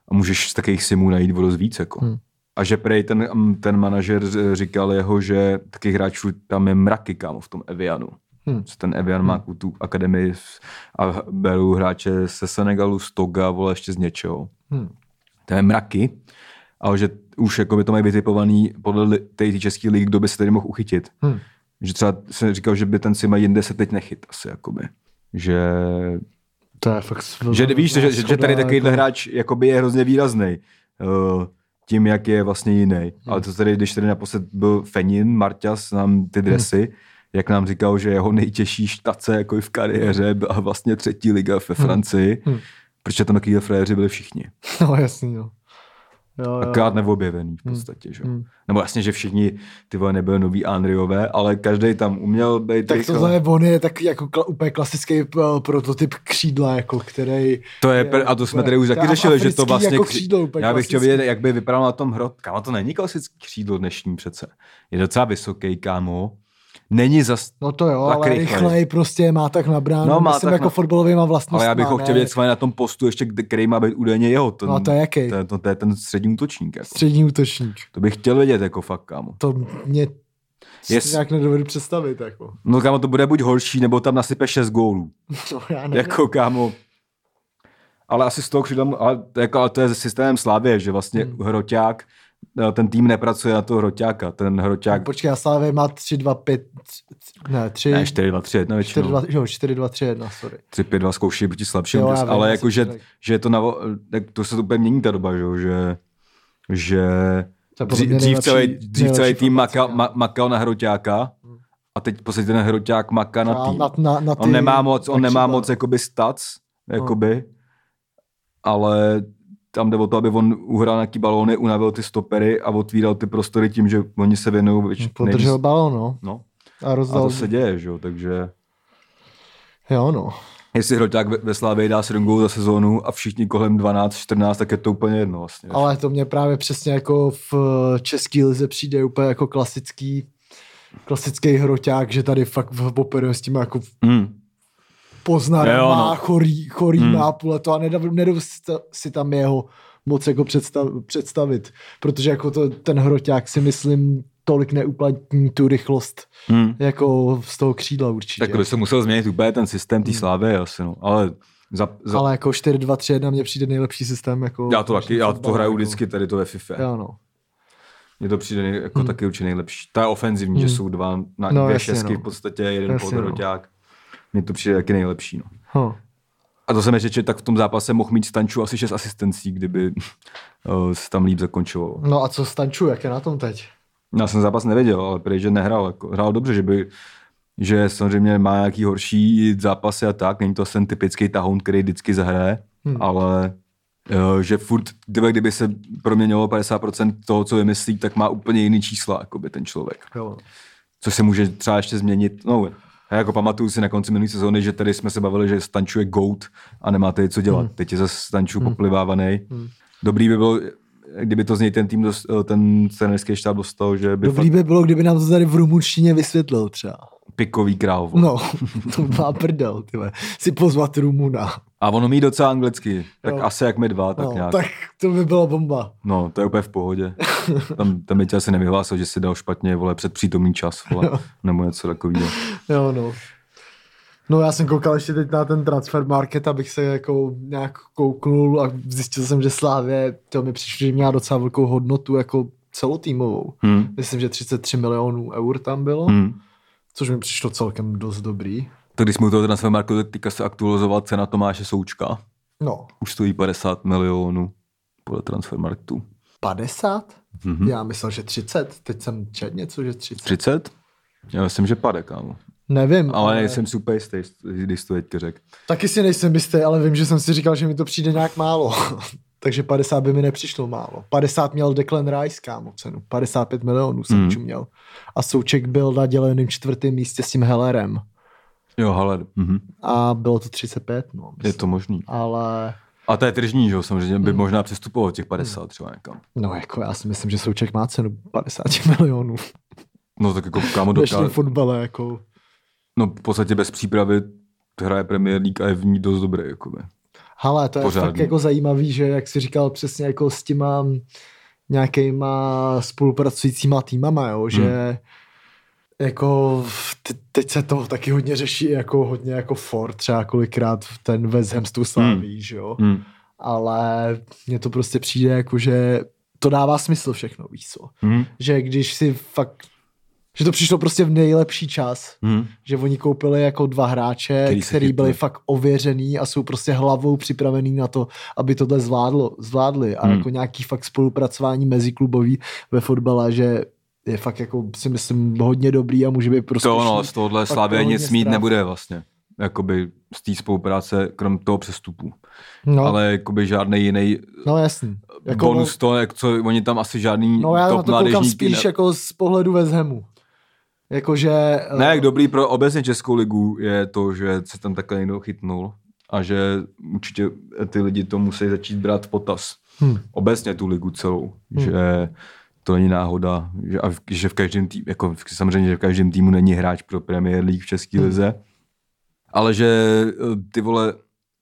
B: a můžeš z takových simů najít vodost víc. Jako.
A: Hmm.
B: A že prej ten, ten manažer z- říkal jeho, že takových hráčů tam je mraky kámo v tom Evianu.
A: Hmm.
B: Hmm. Ten Evian má jako tu akademii v- a h- berou hráče se Senegalu, z Toga, vole ještě z něčeho.
A: Hm.
B: To je mraky. A že už jako by to mají vytipovaný podle li- té české ligy, kdo by se tady mohl uchytit.
A: Hm.
B: Že třeba jsem říkal, že by ten Sima jinde se teď nechyt asi, jakoby. Že,
A: To je fakt...
B: že víš, že, že, že tady
A: schoda,
B: takovýhle
A: jako-
B: hráč jakoby je hrozně výrazný. Uh, tím, jak je vlastně jiný.
A: Hmm.
B: Ale to tady, když tady naposled byl Fenin, Marťas, nám
A: Hmm.
B: ty dresy, jak nám říkal, že jeho nejtěžší štace jako i v kariéře byla vlastně třetí liga ve Francii,
A: Hmm.
B: protože tam takovýhle fréři byli všichni.
A: No jasný, no. Jo, jo.
B: Akorát neobjevený v podstatě, že? jo.
A: Eh, Hmm.
B: Nebo jasně, že všichni ty vole nebyly nový Andriové, ale každý tam uměl být. jako-
A: Tak
B: rychle.
A: tohle je, on je takový jako kla, úplně klasický eh, prototyp křídla, jako který...
B: To je, pr- a to jsme tady už taky
A: Já-
B: řešili, že to
A: africký
B: vlastně...
A: Jako
B: kři-
A: křídlo, úplně
B: Já bych chtěl
A: klasický.
B: vědět, jak by vypadal na tom hrot. Kámo, to není klasický křídlo dnešní přece. Je docela vysoký, kámo. Není zas...
A: No to jo,
B: Tak
A: ale
B: rychlej.
A: rychlej prostě má tak na bránu,
B: No,
A: no,
B: má
A: má myslím
B: tak
A: jako
B: na-
A: na... fotbalovýma vlastnostma.
B: Ale já bych ho chtěl
A: Vlastně ne?
B: vědět sválně na tom postu ještě, kde- který má být údajně jeho. Ten,
A: No a to je jaký?
B: To, je- to, to je ten střední útočník. Jako.
A: Střední útočník.
B: To bych chtěl vědět, jako fakt, kámo.
A: To mě
B: Jest-
A: yes. nějak nedovedu představit, jako.
B: No kámo, to bude buď horší, nebo tam nasype 6 gólů.
A: No, já nevím.
B: Jako kámo. Ale asi z toho křídla, mu- ale, to jako, ale to je se systémem Slávě, že vlastně
A: Mhm.
B: hmm. hroťák, eh, ten tým nepracuje na toho hroťáka, ten hroťák,
A: Počkej, já Slávě má 3, 2, 5, ne, 3,
B: ne, no. 4, 2, 3, 1
A: 4,
B: většinou,
A: 2, jo, 4, 2, 3, 1, sorry.
B: 3, 5, 2 zkouší proti slabším,
A: Jo,
B: jo,
A: já
B: vím,
A: vím,
B: ale
A: já
B: jako,
A: jsem
B: že,
A: to řekl.
B: že je to, navo, tak to se to úplně mění ta doba, že, jo, že, že
A: To je podle
B: dřív,
A: mě
B: dřív,
A: nejlepší-
B: celý, dřív
A: nejlepší
B: celý tým
A: formace,
B: maka,
A: no.
B: ma, makal na hroťáka a teď v podstatě ten hroťák maká na
A: Na,
B: tým.
A: na, na, na
B: On
A: ty-
B: nemá moc, on
A: tak
B: nemá
A: třeba-
B: moc jakoby stats,
A: No.
B: jakoby, ale tam jde o to, aby on uhrál nějaký balóny, unavil ty stopery a otvíral ty prostory tím, že oni se věnují většině.
A: Podržel balón, no.
B: No,
A: A
B: a
A: rozdal.
B: to se děje, že jo, takže
A: Jo, no.
B: jestli Hroťák ve, ve Slávě dá 7 gólů za sezónu a všichni kolem 12-14, tak je to úplně jedno vlastně.
A: Ale to mě právě přesně jako v české lize přijde úplně jako klasický klasický hroťák, že tady fakt operujeme s tím jako
B: Mm. Jo,
A: poznarama,
B: no.
A: no. chorý, chorý
B: Hmm.
A: hmm. nápule to a nedovedu nedovedu si to- si tam jeho moc jako představ, představit, protože jako to, ten hroťák si myslím tolik neuplatní tu rychlost
B: Mm.
A: jako z toho křídla určitě.
B: Tak kdo se musel změnit úplně ten systém té Slávy asi, no. ale za,
A: Hmm.
B: za,
A: Ale jako 4-2-3-1 mě přijde nejlepší systém. Jako
B: já to taky, já to
A: fotbalu,
B: hraju
A: jako.
B: vždycky tady to ve FIFA.
A: Jo, no.
B: Mně to přijde nej- jako hmm. taky určitě nejlepší. Ta je ofenzivní, hmm. že jsou dva, na, no,
A: No,
B: dvě
A: jasně,
B: šestky
A: no.
B: v podstatě, jeden
A: Jasně, no.
B: podroťák. Mně to přijde taky nejlepší. No.
A: Huh.
B: A to jsem ještě, četl, tak v tom zápase mohl mít Stanču asi šest asistencí, kdyby eh, se tam líp zakončovalo.
A: no a co Stanču, jak je na tom teď?
B: Já jsem zápas nevěděl, ale prý, že nehrál. Jako, hrál dobře, že by že samozřejmě má nějaký horší zápasy a tak, není to ten typický tahoun, který vždycky zahraje, hmm. ale eh, že furt, kdyby, kdyby se proměnilo 50% toho, co vymyslí, tak má úplně jiný čísla, jakoby ten člověk.
A: Jo.
B: co se může třeba ještě změnit. No, já jako pamatuju si na konci minulé sezóny, že tady jsme se bavili, že Stanču je goat a nemá tady co dělat. Hmm. Teď je zase Stanču hmm. poplivávaný. Hmm. Dobrý by bylo, kdyby to z něj ten tým, dost, ten trenerský štáb dostal, že by
A: Dobrý by bylo, kdyby nám to tady v rumunštině vysvětlil třeba.
B: pikový král. vole.
A: No, to má prdel, tyhle. Si pozvat Rumuna.
B: A ono mí docela anglicky, tak
A: Jo.
B: asi jak my dva, tak
A: No,
B: nějak.
A: tak to by byla bomba.
B: No, to je úplně v pohodě. Tam, tam by tě asi nevyhlásil, že si dal špatně, vole, před přítomný čas, vole, nebo něco takového.
A: Jo, no. No já jsem koukal ještě teď na ten transfer market, abych se jako nějak kouknul a zjistil jsem, že Slávě, to mi přišlo, že měla docela velkou hodnotu jako celotýmovou.
B: Hm.
A: Myslím, že 33 milionů eur tam bylo,
B: Hm.
A: což mi přišlo celkem dost dobrý.
B: Tak když jsme u toho transfermarku, tak teďka se aktualizovala cena Tomáše Součka.
A: No,
B: Už stojí 50 milionů podle transfermarktu.
A: 50?
B: Mhm.
A: Mm-hmm. Já myslel, že 30. Teď jsem čet něco, že 30.
B: 30? Já myslím, že pade, kámo.
A: Nevím.
B: Ale nejsem super jistý, když to teďka řekl.
A: Taky si nejsem jistý, ale vím, že jsem si říkal, že mi to přijde nějak málo. Takže 50 by mi nepřišlo málo. 50 měl Declan Rice, kámo, cenu. 55 milionů jsem
B: Hmm.
A: hmm. čuměl. A Souček byl na děleném čtvrtém místě s tím Hellerem.
B: Jo, Haller. Mhm.
A: A bylo to 35, no.
B: Je
A: myslím.
B: to možný.
A: Ale
B: A to je tržní, že jo, samozřejmě
A: Mhm.
B: by možná přestupoval těch 50 třeba někam.
A: no jako já si myslím, že Souček má cenu 50 milionů.
B: No tak jako kámo
A: V dnešním
B: dokáže.
A: fotbale jako...
B: No v podstatě bez přípravy hraje Premier League a je v ní dost dobrý. Jakoby.
A: Hele, to je
B: Pořádný.
A: Pořádný. fakt jako zajímavý, že jak jsi říkal přesně jako s těma nějakýma spolupracujícíma týmama, jo, že hmm. jako te- teď se to taky hodně řeší jako hodně jako Ford třeba kolikrát v ten West Ham s tou Sláví, že jo,
B: Hmm.
A: ale mně to prostě přijde jako, že to dává smysl všechno, víš co,
B: Hmm.
A: že když si fakt že to přišlo prostě v nejlepší čas,
B: Hmm.
A: že oni koupili jako dva hráče,
B: Který
A: který,
B: se
A: který
B: chytli.
A: byli fakt ověřený a jsou prostě hlavou připravený na to, aby tohle zvládlo, zvládli a
B: Hmm.
A: hmm. jako nějaký fakt spolupracování meziklubový ve fotbale, že je fakt jako si myslím hodně dobrý a může být prostě
B: To ono, z tohohle
A: Pak
B: Slavě
A: to hodně
B: nic mít
A: ztrácí.
B: nebude vlastně. Jakoby z té spolupráce, krom toho přestupu.
A: no, ale...
B: Ale jakoby žádný jiný
A: no jasný.
B: jako bonus to, jak co, oni tam asi žádný
A: no, no já na
B: top
A: to koukám
B: mládežníky
A: spíš
B: ne...
A: jako z pohledu West Hamu. Jako, eh, Jakože...
B: Ne, jak dobrý pro obecně Českou ligu je to, že se tam takhle někdo chytnul a že určitě ty lidi to musí začít brát v potaz.
A: Hm.
B: Obecně tu ligu celou, hmm. že to není náhoda, že, a v, že v každém týmu, jako v- samozřejmě, že v každém týmu není hráč pro Premier League v České hmm. lize, ale že eh, ty vole,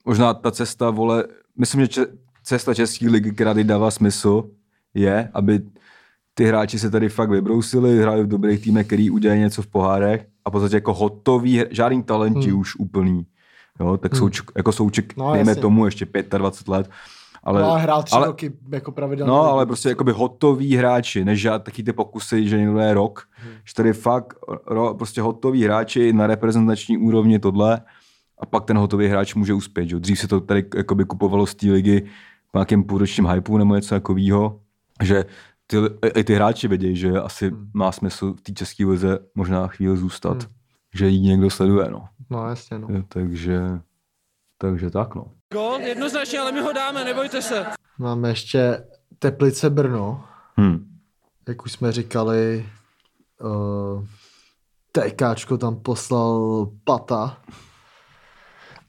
B: možná ta cesta, vole, myslím, že če, cesta České ligy, která teď dává smysl, je, aby ty hráči se tady fakt vybrousili, hrají v dobrých týmech, který udělají něco v pohárech a v podstatě jako hotový, hr- žádný talenti hmm. už úplný. Jo, tak hmm. souček, jako souček, no,
A: No,
B: dejme
A: jasně.
B: tomu, ještě 25 let. Ale,
A: ale, no a hrál tři
B: ale,
A: ale, roky jako pravidelně.
B: No, ale prostě jakoby hotoví hráči, než žád, taky ty pokusy, že někdo je rok,
A: Hmm.
B: že tady fakt ro, prostě hotoví hráči na reprezentační úrovni tohle a pak ten hotový hráč může uspět. Že? jo. Dřív se to tady jakoby kupovalo z té ligy po nějakém půlročním hypeu nebo něco takového, že ty, i ty hráči vědí, že asi
A: Hmm.
B: má smysl v té české lize možná chvíli zůstat. Že ji někdo sleduje, no.
A: No jasně, Hmm. no.
B: Takže, takže tak, no.
D: Gol, jednoznačně, ale my ho dáme, nebojte se.
A: Máme ještě Teplice Brno.
B: Hmm.
A: jak už jsme říkali, uh, TKčko tam poslal pata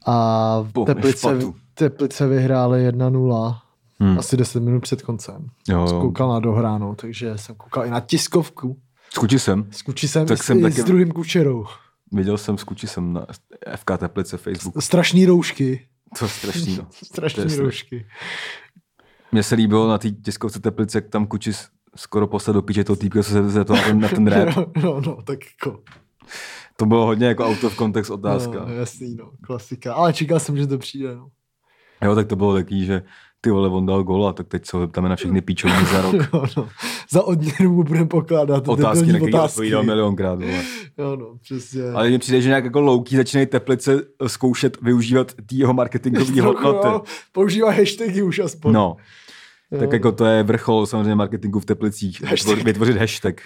A: a v
B: Bohneš
A: Teplice,
B: patu.
A: Teplice vyhráli 1-0
B: Hmm.
A: hmm. asi 10 minut před koncem.
B: Jo,
A: Jsem
B: jo.
A: koukal na dohránou, takže jsem koukal i na tiskovku.
B: Skuti jsem.
A: S Kučisem
B: Tak
A: tak
B: jsem
A: jsem i
B: taky-
A: s druhým Kučerou.
B: Viděl jsem s Kučisem na FK Teplice Facebook.
A: Strašný roušky.
B: To je strašný. No.
A: Strašný
B: To je strašný.
A: roušky.
B: Mně se líbilo na té tiskovce Teplice, jak tam Kučis skoro poslal do píče toho týpka, co se zeptal na ten, na ten rap.
A: No, no, no, tak jako.
B: To bylo hodně jako out of context otázka.
A: No, jasný, no, klasika. Ale čekal jsem, že to přijde. No.
B: Jo, tak to bylo taký, že ty vole, on dal gola, tak teď se ho zeptáme na všechny píčoviny za rok.
A: No, no. Za odměnu mu budeme pokládat
B: Otázky,
A: debilní
B: na který
A: otázky.
B: odpovídal milionkrát. Vole.
A: Jo, no, přesně.
B: Ale mně přijde, že nějak jako louký začínají Teplice zkoušet využívat ty jeho marketingové
A: Trochu,
B: hodnoty.
A: Jako, jo, používá hashtagy už aspoň.
B: No,
A: Jo.
B: tak jako to je vrchol samozřejmě marketingu v Teplicích.
A: Hashtag.
B: Vytvořit- Vytvořit hashtag,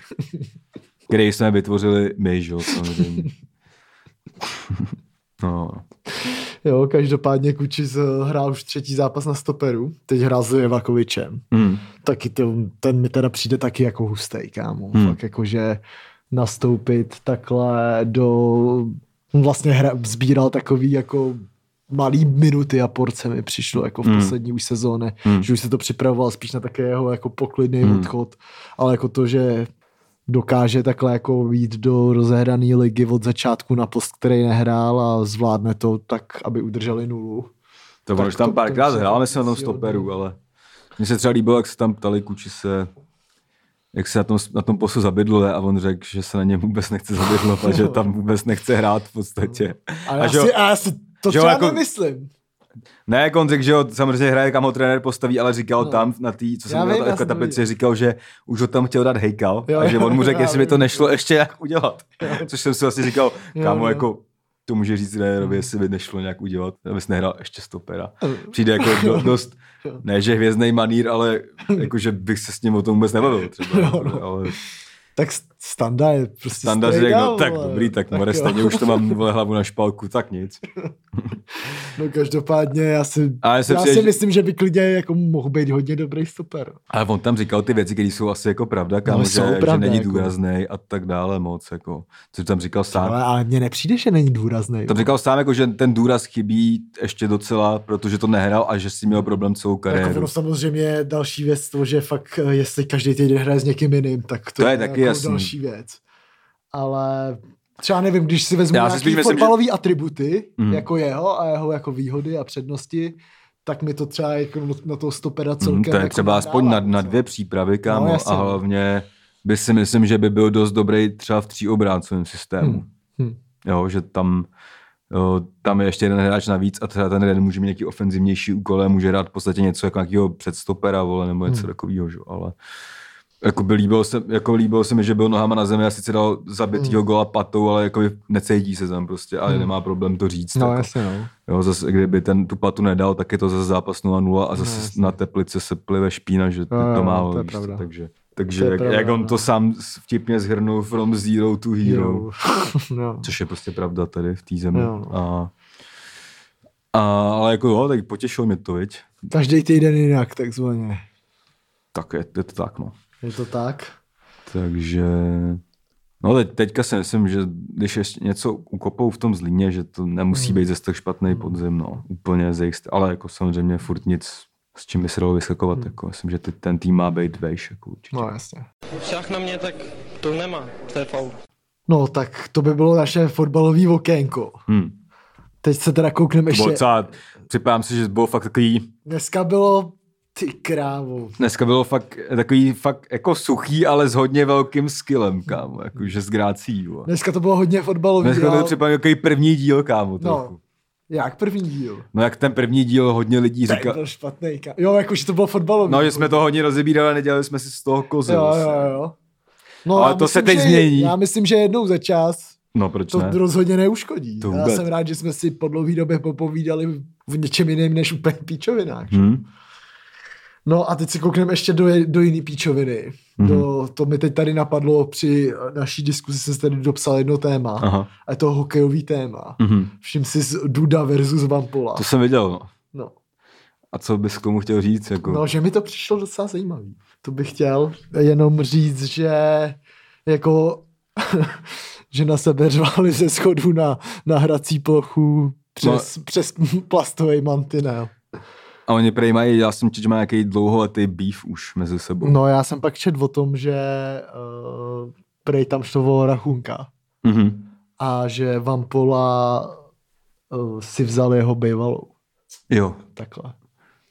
B: který jsme vytvořili my, že jo, samozřejmě. No,
A: Jo, každopádně Kučis eh, hrál už třetí zápas na stoperu, teď hrál s Jevakovičem.
B: mm.
A: Taky ten, ten mi teda přijde taky jako hustej, kámo.
B: Hmm.
A: Hmm. Fakt jako, že nastoupit takhle do... on Vlastně hra, sbíral takový jako malý minuty a porce mi přišlo jako v
B: Hmm.
A: poslední už sezóně,
B: Hmm.
A: že už se to připravoval spíš na také jeho jako poklidný
B: Hmm.
A: odchod, ale jako to, že dokáže takhle jako jít do rozehrané ligy od začátku na post, který nehrál a zvládne to tak, aby udrželi nulu.
B: To
A: Tak
B: on už
A: to-
B: tam
A: to
B: párkrát
A: se-
B: hrál, myslím na tom
A: si hodně.
B: stoperu, ale mně se třeba líbilo, jak se tam ptali kuči se, jak se na tom, na tom posu zabydluje a on řekl, že se na něm vůbec nechce zabydlovat, že tam vůbec nechce hrát v podstatě.
A: Ale
B: A
A: já,
B: že,
A: si, a já si to
B: že
A: že
B: ho
A: třeba
B: jako-
A: jako... nemyslím.
B: ne, jak on řekl, že ho samozřejmě hraje, kam ho trenér postaví, ale říkal
A: No.
B: tam na té,
A: Já
B: co jsem
A: vím,
B: měl
A: já
B: jako
A: jsem to
B: tapeci,
A: viděl.
B: říkal, že už ho tam chtěl dát hejkal
A: Jo,
B: a že
A: jo,
B: on mu řekl,
A: já
B: jestli by to
A: vím.
B: nešlo ještě nějak udělat. Což jsem si vlastně říkal,
A: Jo,
B: kámo,
A: jo.
B: jako to může říct trenérovi, jestli by nešlo nějak udělat, abys nehrál ještě stopera. Přijde jako do- dost, ne že hvězdný manír, ale jako, že bych se s ním o tom vůbec nebavil třeba. jako,
A: Jo, no.
B: Ale
A: Tak Standa je prostě
B: Standa
A: strejda,
B: řekl, no, tak
A: vole.
B: dobrý, tak, tak more,
A: jo.
B: stejně už to mám vole, hlavu na špalku, tak nic.
A: No každopádně já si,
B: Ale
A: já
B: se
A: si
B: přijde, že-
A: myslím, že by klidně jako mohl být hodně dobrý stoper.
B: Ale on tam říkal ty věci, které jsou asi jako pravda, kámo,
A: No, ale
B: že,
A: jsou
B: že
A: pravda,
B: není
A: jako.
B: důrazný a tak dále moc, jako, co tam říkal sám.
A: Ale, ale mně nepřijde, že není důrazný.
B: Tam říkal sám, jako, že ten důraz chybí ještě docela, protože to nehrál a že si měl problém celou
A: Jako
B: kariéru.
A: ono samozřejmě další věc to, že fakt eh, jestli každý týden hraje s někým jiným, tak to,
B: To je taky
A: jako
B: jasný.
A: další věc. Ale třeba nevím, když si vezmu
B: Já si
A: nějaký
B: spíš myslím, že-
A: fotbalový atributy,
B: Mm.
A: mm. jako jeho a jeho jako výhody a přednosti, tak mi to třeba jako na toho stopera celkem
B: Mm, to je
A: jako
B: třeba aspoň na,
A: nadává
B: na
A: docela.
B: dvě přípravy, kámo,
A: No,
B: no,
A: jasně.
B: a hlavně by si myslím, že by byl dost dobrý třeba v tříobráncovém systému.
A: Hmm. Hmm.
B: Jo, že tam, jo, tam je ještě jeden hráč navíc a třeba ten jeden může mít nějaký ofenzivnější úkol, ale může hrát v podstatě něco jako nějakého předstopera, vole, nebo něco hmm. takového, že? jo, ale jako by líbilo se, jako líbilo se mi, že byl nohama na zemi a sice dal zabitýho hmm. gola patou, ale jako by necítí se tam prostě a nemá problém to říct.
A: Hmm. No
B: jako.
A: jasně, no.
B: Jo, zase, kdyby ten tu patu nedal, tak je to zase zápas 0-0 a zase
A: No, jasně.
B: na teplice se plive špína, že to,
A: Jo,
B: to
A: jo,
B: málo.
A: to je
B: víš co,
A: pravda.
B: takže takže
A: To je
B: jak,
A: pravda,
B: jak, on
A: no.
B: to sám s- vtipně zhrnul from zero to hero,
A: Jo. no.
B: což je prostě pravda tady v té zemi.
A: Jo, no.
B: A, a, ale jako jo, tak potěšilo mě to, viď?
A: Každý týden jinak, takzvaně.
B: Tak je, je to tak, no.
A: Je to tak?
B: Takže... No teď, teďka si myslím, že když ještě něco ukopou v tom zlíně, že to
A: Hmm.
B: nemusí být zase tak špatný podzim, no. Úplně z jejich, st- ale jako samozřejmě furt nic, s čím by se dalo vyskakovat,
A: Hmm.
B: jako myslím, že teď ten tým má být vejš, jako určitě.
A: No jasně.
D: Šach na mě, tak to nemá, to je faul.
A: No tak to by bylo naše fotbalové okénko.
B: Hmm.
A: Teď se teda koukneme
B: To bylo
A: ještě.
B: docela, připadám si, že to bylo fakt takový,
A: Dneska bylo ty krávo.
B: dneska bylo fakt takový fakt jako suchý, ale s hodně velkým skillem, kámo, jakože s grácí, jo.
A: Dneska to bylo hodně fotbalový.
B: Dneska to
A: ale-
B: byl připadám jako první díl, kámo, trochu. No.
A: No, jak první díl.
B: no jak ten první díl hodně lidí
A: Ten
B: říká,
A: byl špatný. Ka... Jo, jakože to bylo fotbalový.
B: No, že jsme to hodně rozebírali, nedělali jsme si z toho kozy.
A: Jo,
B: vlastně.
A: jo, jo. No,
B: Ale
A: já
B: to se teď
A: že,
B: změní.
A: Já myslím, že jednou za čas
B: No, proč
A: to
B: ne?
A: ne. rozhodně neuškodí.
B: To
A: já
B: vůbec.
A: jsem rád, že jsme si po dlouhé době popovídali v něčem jiném než úplně píčovinách.
B: Hm?
A: No a teď si koukneme ještě do, je- do jiný píčoviny.
B: Mhm.
A: Mm-hmm. Do, to mi teď tady napadlo při naší diskuzi, jsem si tady dopsal jedno téma.
B: Aha.
A: A je to hokejový téma.
B: Mhm.
A: Všim si z Duda versus Vampola.
B: To jsem viděl, no.
A: No.
B: A co bys k tomu chtěl říct? Jako?
A: no, že mi to přišlo docela zajímavý. To bych chtěl jenom říct, že jako že na sebe řvali ze schodu na, na hrací plochu přes, no. přes plastový mantinel.
B: A oni prej mají, já jsem četl, že má nějaký dlouholetý beef už mezi sebou.
A: No já jsem pak četl o tom, že uh, prej tam šlo o Rachunka
B: Mhm.
A: a že Vampola uh, si vzal jeho bývalou.
B: Jo,
A: Takhle.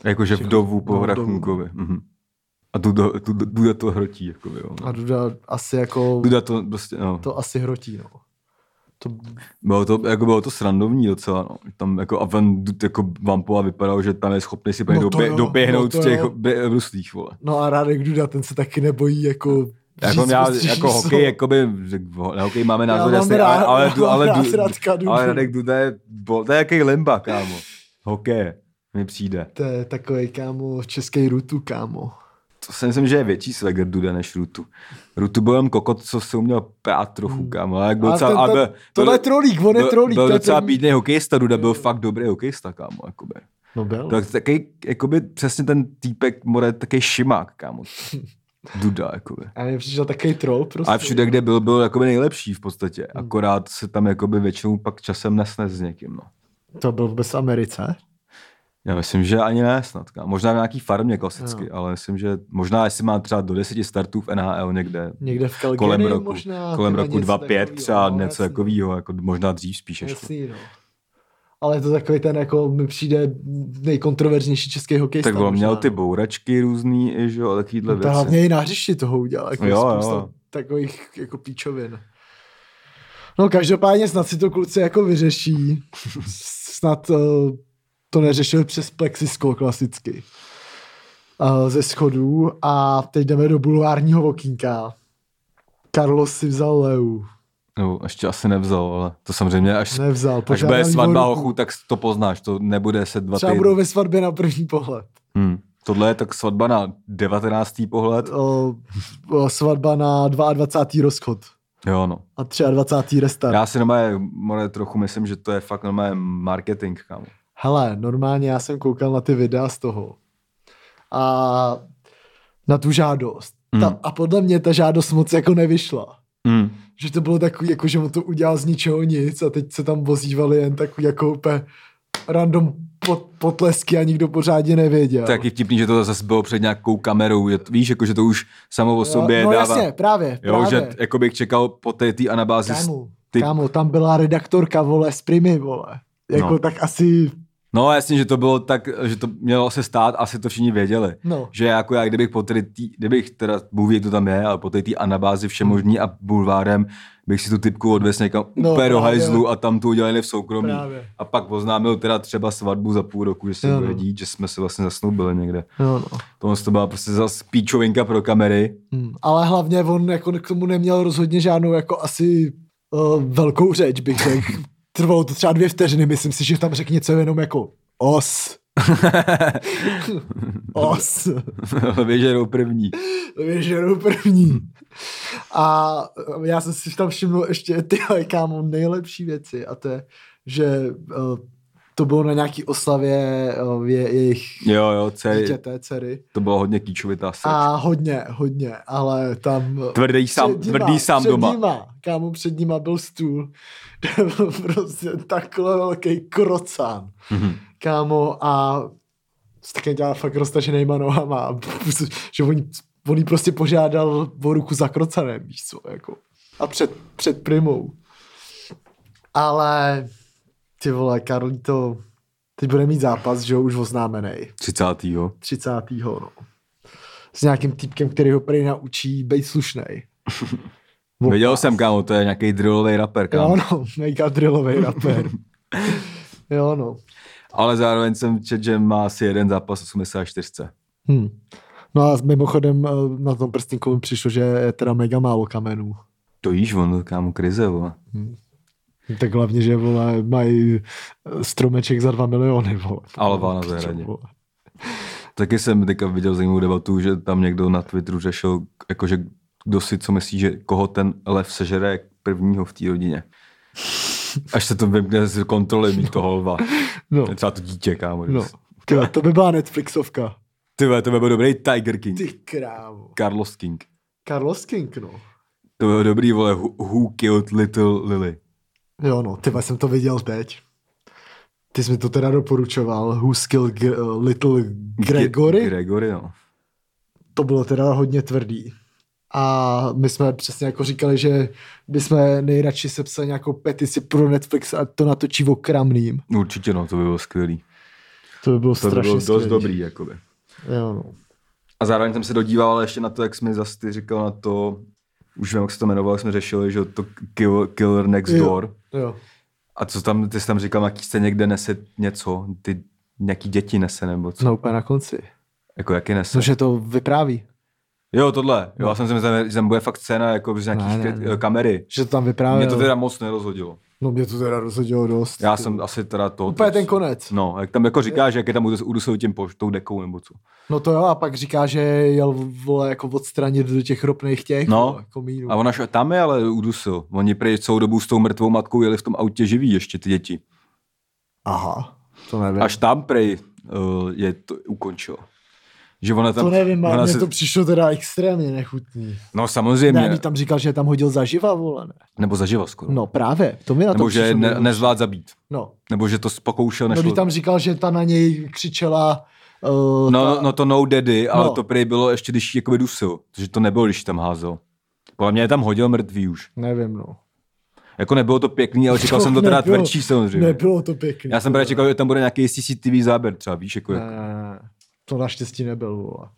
B: jakože
A: Všechno.
B: vdovu
A: No,
B: po
A: vdovu.
B: Rachunkovi. Mhm. A Duda, Duda, Duda to hrotí, jako jo.
A: A Duda asi jako...
B: Duda to prostě, no.
A: No. To asi hrotí, no. To,
B: Bylo to, jako bylo to srandovní docela, no. Tam jako, a ven, jako Vampova vypadalo, že tam je schopný si no
A: No to
B: době,
A: jo,
B: doběhnout
A: no
B: v
A: to
B: těch
A: jo.
B: bě- bruslích, vole.
A: no a Radek Duda, ten se taky nebojí jako...
B: Jako,
A: říct
B: já,
A: prostě
B: jako
A: číslo.
B: hokej, jakoby, na hokej máme
A: Já
B: názor
A: mám
B: jasný,
A: rád-
B: ale, ale,
A: já
B: du,
A: mám
B: ale,
A: rád
B: du,
A: Radka Dudu.
B: ale Radek Duda je, bol- to je jaký limba, kámo. Hokej, mi přijde.
A: To je takový kámo, český rutu, kámo.
B: To si myslím, že je větší Swagger Duda než Rutu. Rutu byl jen kokot, co se uměl prát trochu, kámo. Ale jak byl
A: A
B: docela,
A: Hmm. ten-
B: ale
A: ten-
B: byl,
A: tohle je trolík, on je
B: byl-
A: trolík,
B: Byl
A: to je
B: docela
A: první.
B: pídnej hokejista, Duda byl fakt dobrý hokejista, kámo. Jakoby.
A: No byl.
B: Tak taky, jakoby, přesně ten týpek, more, taky šimák, kámo. Duda, jakoby.
A: A mě přišel takový troll prostě. Hmm.
B: Ale všude, kde byl, byl jakoby nejlepší v podstatě. Akorát se tam jakoby většinou pak časem nesnes s někým. No.
A: To byl vůbec v Americe.
B: Já myslím, že ani ne snad. kámo. Možná na nějaký farmě klasicky,
A: Jo.
B: ale myslím, že možná jestli má třeba do deseti startů v NHL někde
A: Někde v Calgary
B: kolem roku,
A: možná.
B: kolem
A: tyhle,
B: roku
A: něco
B: 2-5
A: takovýho,
B: třeba
A: no,
B: něco jako-
A: jasný.
B: takového, jako možná dřív spíš ještě.
A: Jasný, no. Ale je to takový ten, jako mi přijde nejkontroverznější český hokejista.
B: Tak on měl
A: možná,
B: ty
A: no.
B: bouračky různý, i že jo, a takovýhle
A: No, to
B: věci.
A: hlavně i na hřišti toho udělal. Jako
B: Jo,
A: jo,
B: jo.
A: jo. Takových jako píčovin. No každopádně snad si to kluci jako vyřeší. snad uh, to neřešili přes plexisko klasicky. Uh, ze schodů a teď jdeme do bulvárního okýnka. Carlos si vzal Leu.
B: No, ještě asi nevzal, ale to samozřejmě až,
A: Nevzal.
B: až
A: požádal
B: bude
A: jí o
B: svatba
A: ruku.
B: hochů, tak to poznáš, to nebude se dva
A: Třeba
B: týdny.
A: budou ve svatbě na první pohled.
B: Hmm. Tohle je tak svatba na 19. pohled.
A: O, o, Eh, svatba na 22. rozchod
B: Jo, no.
A: a 23. restart.
B: Já si normálně, more, trochu myslím, že to je fakt normálně marketing, kámo.
A: Hele, normálně já jsem koukal na ty videa z toho a na tu žádost.
B: Mm.
A: Ta, a podle mě ta žádost moc jako nevyšla.
B: Hmm.
A: Že to bylo takový, jako že mu to udělal z ničeho nic a teď se tam vozívali jen takový jako úplně random pot, potlesky a nikdo pořádně nevěděl.
B: To je taky vtipný, že to zase bylo před nějakou kamerou. Je, víš, jako, že to už samo o sobě
A: no,
B: dává.
A: jasně, právě,
B: jo,
A: právě.
B: že jako bych čekal po té tý anabázi. s-
A: Kámo,
B: ty-
A: ty... kámo, tam byla redaktorka, vole, z Primy, vole. Jako
B: No.
A: no. tak asi,
B: No jasně, že to bylo tak, že to mělo se stát, asi to všichni věděli.
A: no.
B: Že jako já, kdybych po té tý, kdybych teda, bůh to tam je, ale po té tý anabázi všemožní a bulvárem, bych si tu typku odvez někam
A: No,
B: úplně do
A: právě.
B: hajzlu a tam to udělali v soukromí.
A: Právě.
B: A pak oznámil teda třeba svatbu za půl roku, že se
A: Jo,
B: bude
A: no.
B: dít, že jsme se vlastně zasnoubili někde.
A: No, no.
B: Tohle to byla prostě zase píčovinka pro kamery.
A: Hmm. Ale hlavně on jako k tomu neměl rozhodně žádnou jako asi uh, velkou řeč, bych řekl. Trvalo to třeba dvě vteřiny, myslím si, že tam řekl něco jenom jako os. os.
B: Věžerou první.
A: Věžeru první. A já jsem si tam všiml ještě tyhle kámo nejlepší věci a to je, že uh, to bylo na nějaký oslavě uh, je, jejich
B: Jo, jo, dcery,
A: dítěte, dcery.
B: to bylo hodně kýčovitá se.
A: A hodně, hodně, ale tam... eh,
B: Tvrdý sám,
A: Před nima,
B: tvrdý sám
A: před
B: doma.
A: Nima, kámo, před nima byl stůl, kde byl prostě takhle velký krocán,
B: Mhm.
A: kámo, a s také dělá fakt roztaženýma nohama, a že on, jí- on jí prostě požádal o ruku za krocanem, víš co, jako. A před, před primou. Ale ty vole, Karlí to teď bude mít zápas, že jo, už oznámený.
B: 30.
A: 30. No. S nějakým týpkem, který ho prý naučí být slušnej.
B: Viděl jsem, kámo, to je nějaký drillový rapper, kámo.
A: Jo no, mega drillovej rapper. jo no.
B: Ale zároveň jsem čet, že má asi jeden zápas 84.
A: Hm. No a mimochodem eh, na tom prstínku mi přišlo, že je teda mega málo kamenů.
B: To víš, on, kámo, krize, vole.
A: Tak hlavně, že vole, mají eh, stromeček za 2 miliony, vole.
B: Alba na
A: Pičo,
B: zahradě.
A: vole.
B: Taky jsem teďka viděl zajímavou debatu, že tam někdo na Twitteru řešil, jakože kdo si co myslí, že koho ten lev sežere jak prvního v té rodině. Až se to vymkne z kontroly mít toho lva.
A: No,
B: Třeba to dítě, kámo.
A: no. Tyhle, to by byla Netflixovka.
B: Ty vole, to by byl dobrý Tiger King.
A: Ty krávo.
B: Carlos King.
A: Carlos King, no.
B: To byl dobrý, vole, Who, who Killed Little Lily.
A: Jo no, ty vole, jsem to viděl teď. Ty jsi mi to teda doporučoval. Who Skilled Gr- eh, Little Gregory?
B: Ge- Gregory, no.
A: to bylo teda hodně tvrdý. A my jsme přesně jako říkali, že bychom nejradši sepsali nějakou petici pro Netflix a to natočí o kramným.
B: Určitě no, to by bylo skvělý.
A: To by bylo
B: To by
A: strašně
B: bylo dost
A: skvělý.
B: dobrý, jakoby.
A: Jo, no.
B: A zároveň jsem se dodíval ale ještě na to, jak jsi mi zase ty říkal na to, už vím, jak se to jmenovalo, jak jsme řešili, že to kill, Killer Next
A: Jo.
B: Door.
A: Jo.
B: A co tam, ty jsi tam říkal, na jaký se někde nese něco, ty nějaký děti nese nebo co?
A: No úplně na konci.
B: Jako jaký nese?
A: Cože to vypráví.
B: Jo, tohle. Jo, já jsem si myslel, že tam bude fakt scéna jako z nějakých
A: No. Ne, ne,
B: kry-
A: ne.
B: kamery.
A: Že to tam vypráví.
B: Mě to teda moc nerozhodilo.
A: No mě to teda rozhodilo dost.
B: Já
A: ty
B: jsem
A: vole.
B: asi teda to...
A: Úplně ten konec.
B: No, jak tam jako říkáš, jak je tam udusou tím poš, tou dekou nebo co.
A: No to jo, a pak říká, že jel vole jako odstranit do těch ropných těch jako
B: No.
A: vole, komínů.
B: A ona šla tam je, ale udusil. Oni prý celou dobu s tou mrtvou matkou jeli v tom autě živí ještě ty děti.
A: Aha, to nevím.
B: Až tam prej uh, je to eh, ukončilo. Že ona tam,
A: To nevím, ale
B: ona
A: mně to přišlo teda extrémně nechutný.
B: No samozřejmě,
A: Ne,
B: ne,
A: oni tam říkal, že je tam hodil zaživa, vole. Ne.
B: nebo zaživa skoro.
A: No právě, to mi na to
B: nebo že
A: přišlo.
B: ne,
A: nejhorší.
B: nezvlád zabít.
A: No,
B: Nebo že to pokoušel,
A: no
B: nešlo.
A: když tam říkal, že ta na něj křičela... Uh,
B: No,
A: ta...
B: no to no daddy, ale
A: No.
B: to prý bylo ještě, když ji jakoby dusil. Takže to nebylo, když tam házel. Podle mě je tam hodil mrtvý už.
A: Nevím, no.
B: Jako nebylo to pěkný, ale čekal jsem to teda
A: nebylo-
B: tvrdší samozřejmě.
A: Nebylo to pěkný.
B: Já jsem právě čekal, že tam bude nějaký CCTV záběr třeba, víš, jako,
A: Ne, ne, ne. To naštěstí nebyl, vole.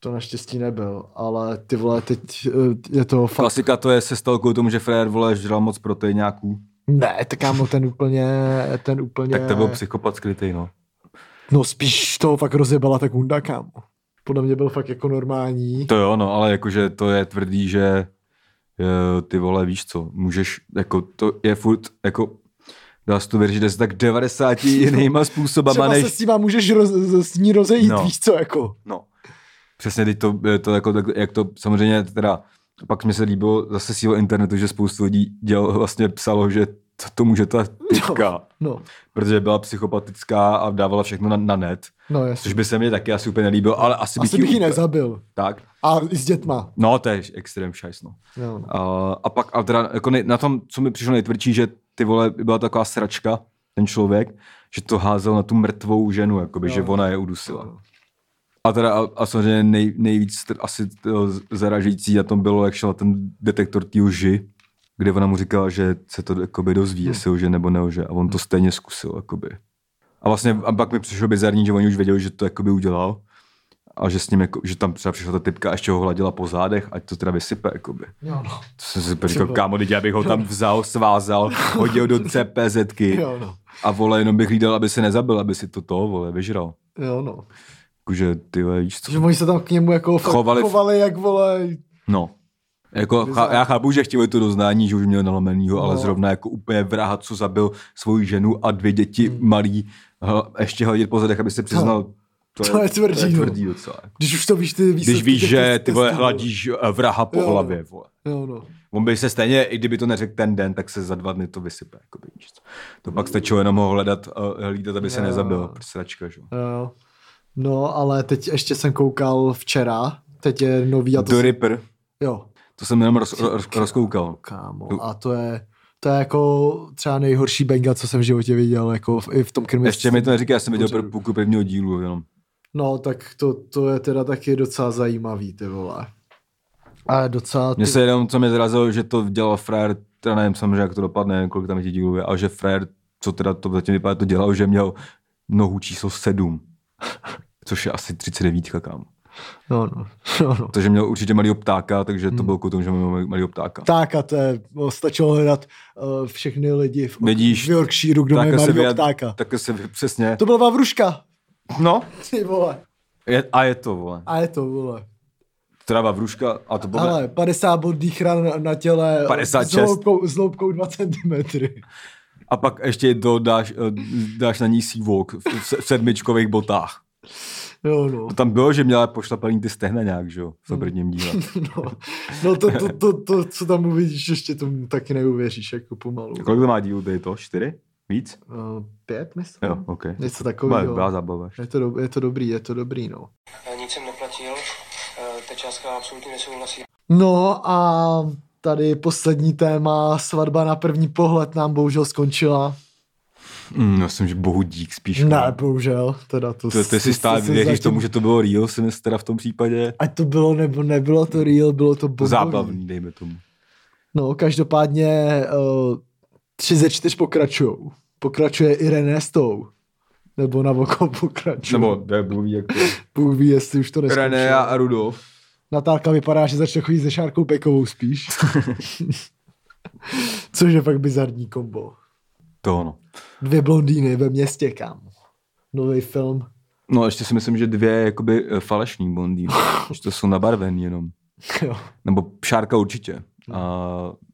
A: To naštěstí nebyl, ale ty vole, teď eh, je to fakt...
B: Klasika to je se stalo kvůli tomu, že Frér vole žral moc proteináků.
A: Ne, tak kámo, ten úplně, ten úplně...
B: Tak to byl psychopat skrytý, no.
A: No spíš to fakt rozjebala ta kunda, kámo. Podle mě byl fakt jako normální.
B: To jo, no, ale jakože to je tvrdý, že eh, ty vole, víš co, můžeš, jako to je furt, jako dá se to vyřešit asi tak 90 jinýma způsobama,
A: Třeba se
B: než...
A: s ním můžeš roz, s ní rozejít,
B: No.
A: no. víš co, jako.
B: No, přesně, teď to, eh, to jako, tak, jak to samozřejmě teda, pak mi se líbilo zase sílo internetu, že spoustu lidí dělal, vlastně psalo, že to, to může ta typka, no.
A: No,
B: protože byla psychopatická a dávala všechno na, na net,
A: no jasně.
B: což by se mi taky asi úplně nelíbilo, ale
A: Asi
B: asi,
A: bych
B: ti
A: ji
B: úplně-
A: nezabil.
B: Tak,
A: A i s dětma.
B: no to je extrém šajs, no.
A: No, no.
B: A, a pak a teda, jako nej, na tom, co mi přišlo nejtvrdší, že ty vole, byla taková sračka, ten člověk, že to házel na tu mrtvou ženu, jakoby, že ona je udusila. A teda a, a samozřejmě nej, nejvíc tr- asi to z- zaražující na tom bylo, jak šel ten detektor té lži, kde ona mu říkala, že se to jakoby dozví, jestli lže nebo nelže a on to stejně zkusil. Jakoby. A vlastně a pak mi přišlo bizarní, že oni už věděli, že to jakoby udělal a že s ním, jako, že tam třeba přišla ta typka a ještě ho hladila po zádech, ať to teda vysype. Jakoby.
A: Jo, no.
B: To jsem si úplně říkal, kámo, teď já bych ho tam vzal, svázal, hodil do CPZky
A: Jo, no.
B: a vole, jenom bych hlídal, aby se nezabil, aby si to to, vole, vyžral.
A: Jo, no.
B: Jakože, ty vole, víš co?
A: Že oni se tam k němu jako fakt chovali,
B: Chovali-
A: chovali jak vole.
B: No. Jako, chá, já chápu, že chtěli to doznání, že už měl nalomenýho, ale
A: No.
B: zrovna jako úplně vraha, co zabil svoji ženu a dvě děti hmm. malý, ha, ještě hodit po zadech, aby se přiznal.
A: To je tvrdý,
B: to je
A: no.
B: tvrdý docela.
A: Když už to víš, ty výsledky
B: Když víš,
A: těch
B: že
A: test-
B: ty vole
A: testů,
B: hladíš eh, vraha po
A: Jo, no.
B: hlavě, vole.
A: Jo, no.
B: On by se stejně, i kdyby to neřekl ten den, tak se za dva dny to vysype. Jakoby, víš co. to pak stačilo jenom ho hledat, eh, hlídat, aby se
A: Jo.
B: nezabil. Sračka, že? jo.
A: Jo. No, ale teď ještě jsem koukal včera, teď je nový a to
B: The
A: jsem,
B: Ripper,
A: jo,
B: to jsem jenom roz, roz, rozkoukal. Hm.
A: kámo, a to je, to je jako třeba nejhorší benga, co jsem v životě viděl, jako v, i v tom krimi.
B: Ještě mi to neříká, já jsem viděl
A: Dobře.
B: půlku prvního dílu jenom.
A: No, tak to, to je teda taky docela zajímavý, ty vole. A je docela... Ty...
B: Mně se jenom, co mě zrazilo, že to dělal Frajer, teda nevím samozřejmě, jak to dopadne, nevím, kolik tam těch dílů je, ale že Frajer, co teda to zatím vypadá, to dělal, že měl nohu číslo 7, což je asi 39, kam.
A: No, no, no, no.
B: Takže měl určitě malýho ptáka, takže to bylo kvůli tomu, že měl mal- malýho ptáka.
A: Ptáka, to je, no, stačilo hledat uh, všechny lidi v,
B: Vidíš,
A: v Yorkshireu, kdo mají
B: Takhle se
A: malýho
B: vyjad-
A: ptáka.
B: Takhle se vy- přesně.
A: To byla Vavruška,
B: No,
A: ty vole.
B: je, a je to, vole.
A: A je to, vole.
B: Trava vruška a to bylo.
A: Ale 50 bodných ran na, na těle
B: 56.
A: S, loupkou, s loupkou 2 cm.
B: A pak ještě to dáš, eh, dáš na ní sívok v, v se- v sedmičkových botách.
A: Jo, no.
B: To tam bylo, že měla pošlapaný ty stehna nějak, že jo, v
A: Hmm.
B: tom prvním díle.
A: No, no to, to, to, to, co tam uvidíš, ještě tomu taky neuvěříš, jako pomalu.
B: Kolik to má dílů, tady to? Čtyři? Víc?
A: Uh, pět, myslím?
B: Jo, ok.
A: Něco
B: Byla,
A: takového.
B: byla zábava.
A: Je to, do, je to dobrý, je to dobrý, no.
E: E, Nic jsem neplatil, eh, ta částka absolutně nesouhlasí.
A: No a tady poslední téma, svatba na první pohled nám bohužel skončila.
B: Mm, já jsem, že bohu dík spíš.
A: Ne, bohužel, teda to...
B: To, to si
A: to-
B: stále
A: to se
B: věříš
A: zatím-
B: tomu, že to bylo real, jsem teda v tom případě.
A: Ať to bylo nebo nebylo to real, bylo to
B: To
A: bombový.
B: zábavný, dejme tomu.
A: No, každopádně uh, tři ze čtyř pokračujou. Pokračuje i René s tou. Nebo na oko pokračuje.
B: Nebo jak mluví jako
A: Bůh ví, jestli už to neskončilo.
B: René a Rudolf.
A: Natálka vypadá, že začne chodit se Šárkou Pekovou spíš. Což je fakt bizarní kombo.
B: To ono.
A: Dvě blondýny ve městě, kam. Nový film.
B: No a ještě si myslím, že dvě jakoby eh, falešní blondýny, že to jsou nabarvený jenom.
A: Jo.
B: Nebo Šárka určitě.
A: No.
B: A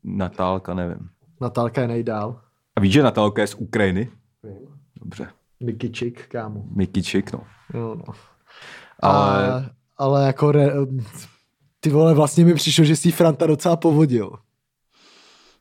B: Natálka nevím.
A: Natálka je nejdál.
B: A víš, že Natálka je z Ukrajiny?
A: Vím.
B: Dobře.
A: Mickey Chick, kámo.
B: Mikičik, no.
A: Jo, no.
B: Ale-
A: Ale... ale jako re... ty vole, vlastně mi přišlo, že si Franta docela povodil.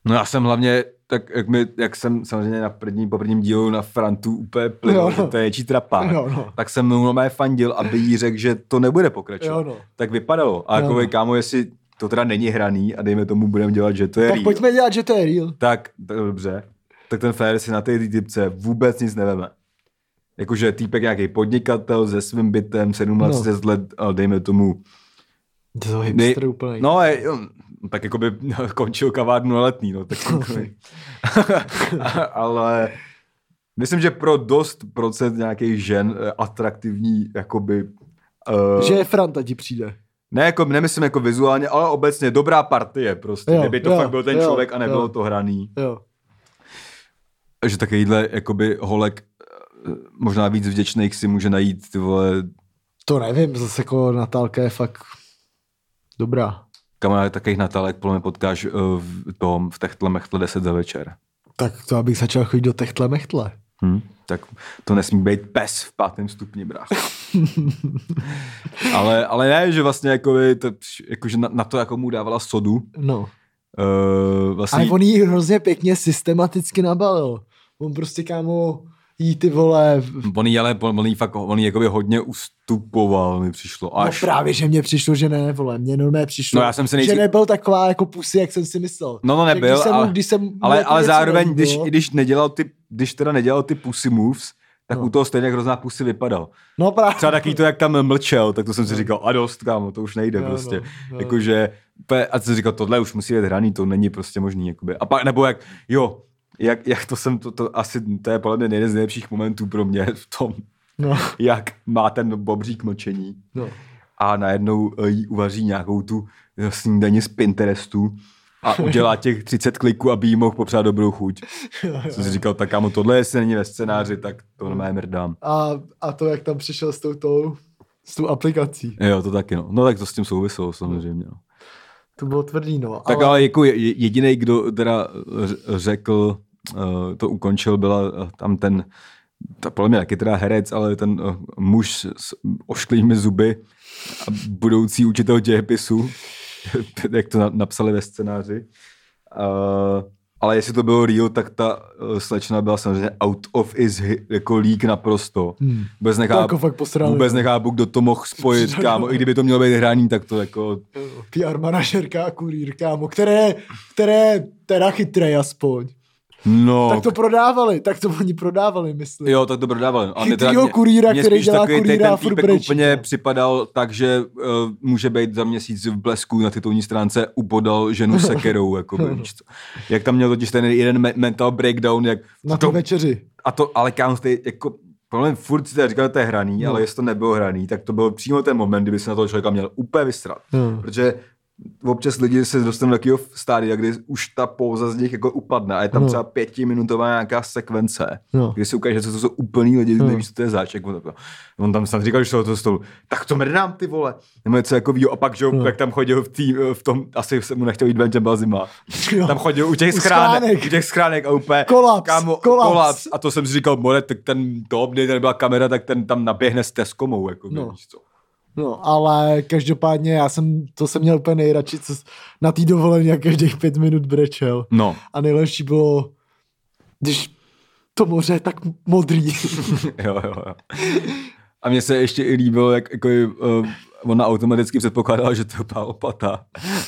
B: No já jsem hlavně tak jak, my, jak jsem samozřejmě na první, po prvním dílu na Frantu úplně plynul,
A: Jo,
B: no,
A: no.
B: že to je něčí trapa,
A: Jo, no.
B: tak jsem mu mé fandil, aby jí řekl, že to nebude pokračovat.
A: Jo, no.
B: Tak vypadalo. A
A: Jo,
B: jako
A: no.
B: no. kámo, jestli to teda není hraný a dejme tomu, budeme dělat, že to je
A: Tak
B: real,
A: pojďme dělat, že to je real.
B: tak, tak dobře. Tak ten frajer si na té typce vůbec nic neveme. Jakože týpek nějaký podnikatel se svým bytem, 17
A: No.
B: no. let, ale dejme tomu.
A: To je
B: Nej-
A: hipster úplný.
B: No, je, jo, tak jako by končil kavárnu na letný, no. Tak ale myslím, že pro dost procent nějakých žen eh, atraktivní, jakoby... Uh,
A: Že je Franta ti přijde.
B: ne, jako, nemyslím jako vizuálně, ale obecně dobrá partie prostě.
A: Jo,
B: Jo, Kdyby to
A: jo,
B: jo, fakt byl ten
A: jo,
B: jo, člověk a nebylo
A: jo.
B: jo. to hraný
A: Jo.
B: že takovýhle jakoby holek eh, možná víc vděčných si může najít, ty vole,
A: To nevím, zase jako Natálka je fakt dobrá.
B: kamarád takových natalek, podle mě potkáš eh, v tom, v Techtle Mechtle 10 za večer.
A: Tak to abych začal chodit do techtle mechtle.
B: Hm? Tak to nesmí být pes v pátém stupni, brácho. ale, ale ne, že vlastně jakoby, to, jakože na, na, to, jako mu dávala sodu,
A: No.
B: uh,
A: Ale
B: vlastně
A: on jí hrozně pěkně systematicky nabalil. On prostě kámo jí ty vole... no v-
B: on jí, ale on jí fakt, on jí jakoby hodně ustupoval, mi přišlo.
A: No
B: Až,
A: právě, že mě přišlo, že ne, vole, mě normálně přišlo,
B: No já jsem si nejdřív-
A: že nebyl taková jako pusy, jak jsem si myslel.
B: No, no,
A: Že
B: nebyl,
A: když jsem, mu-
B: ale-
A: když jsem, mu
B: Ale,
A: jako
B: ale
A: něco
B: zároveň,
A: nelíbilo-
B: když, i když, nedělal ty, když teda nedělal ty pussy moves, tak
A: No.
B: no. u toho stejně jak hrozná pusy vypadal.
A: No právě.
B: Třeba taky to, jak tam mlčel, tak to jsem si říkal, a dost, kámo, to už nejde
A: Jo,
B: no, prostě.
A: no, jo.
B: No, Jakože, pe- a jsem říkal, tohle už musí být hraný, to není prostě možný. Jakoby. A pak, nebo jak, jo, jak, jak to jsem, to, to asi, to je podle mě jeden z nejlepších momentů pro mě v tom,
A: No,
B: jak má ten bobřík mlčení
A: no.
B: a najednou eh, jí uvaří nějakou tu eh, snídani z Pinterestu a udělá těch 30 kliků, aby jí mohl popřát dobrou chuť. Jsem si říkal, tak kámo, tohle jestli není ve scénáři, tak to normálně mrdám.
A: A, a to, jak tam přišel s tou tou, s tou aplikací.
B: Jo, to taky no. No tak to s tím souviselo samozřejmě. No.
A: To bylo tvrdý, no.
B: Tak ale jako jediný, kdo teda eh, ř- řekl, eh, to ukončil, byla eh, tam ten, ta podle mě taky teda herec, ale ten eh, muž s- s ošklými zuby a budoucí učitel dějepisu, jak to na- napsali ve scénáři. Eh, Ale jestli to bylo real, tak ta eh, slečna byla samozřejmě out of his hi- jako lík naprosto.
A: Hmm.
B: Vůbec
A: To
B: nechápu,
A: jako fakt posrali,
B: vůbec
A: no.
B: nechápu, kdo to mohl spojit, kámo. I kdyby to mělo být hraní, tak to jako
A: PR manažerka a kurýr, kámo, které, které teda chytré aspoň.
B: No,
A: Tak to prodávali, tak to oni prodávali, myslím.
B: Jo, tak to prodávali. A mě teda-
A: Chytrýho kurýra,
B: mě
A: který
B: spíš
A: dělá
B: takový ten-
A: kurýra a
B: ten
A: furt
B: týpek
A: brečí,
B: úplně
A: no.
B: připadal tak, že uh, může být za měsíc v blesku na titulní stránce upodal ženu sekerou. jakoby, víš co. jak tam měl totiž ten jeden me- mental breakdown, jak
A: Na tu
B: to,
A: večeři.
B: a to, ale kámo, ty, jako, problém furt si teda říkal, že to je hraný,
A: No.
B: ale jestli to nebylo hraný, tak to byl přímo ten moment, kdyby se na toho člověka měl úplně vystrat.
A: No.
B: Protože občas lidi se dostanou do takového stádia, kdy už ta pouza z nich jako upadne a je tam
A: No.
B: no. třeba pětiminutová nějaká sekvence,
A: No.
B: kdy se ukáže, co to jsou úplný lidi,
A: No.
B: no. nevíš, co to je záček. On, tak- on tam snad říkal, že se to stolu. Tak to mrdám, ty vole. Nebo něco jako víjo. A pak, že
A: No.
B: no. jak tam chodil v, tý, v tom, asi se mu nechtěl jít ven, že byla zima.
A: Jo.
B: Tam chodil u těch
A: U
B: schránek,
A: schránek.
B: u těch schránek a úplně
A: Kolaps,
B: kámo,
A: kolaps.
B: kolaps. A to jsem si říkal, more, tak ten to obdy, ten byla kamera, tak ten tam naběhne s Teskomou, jako
A: No.
B: no. víš co.
A: No, ale každopádně já jsem, to jsem měl úplně nejradši, co s- na té dovolené jak každých pět minut brečel.
B: No,
A: A nejlepší bylo, když to moře je tak modrý.
B: jo, jo, jo. A mně se ještě i líbilo, jak jako, uh, ona automaticky předpokládala, že to je opata.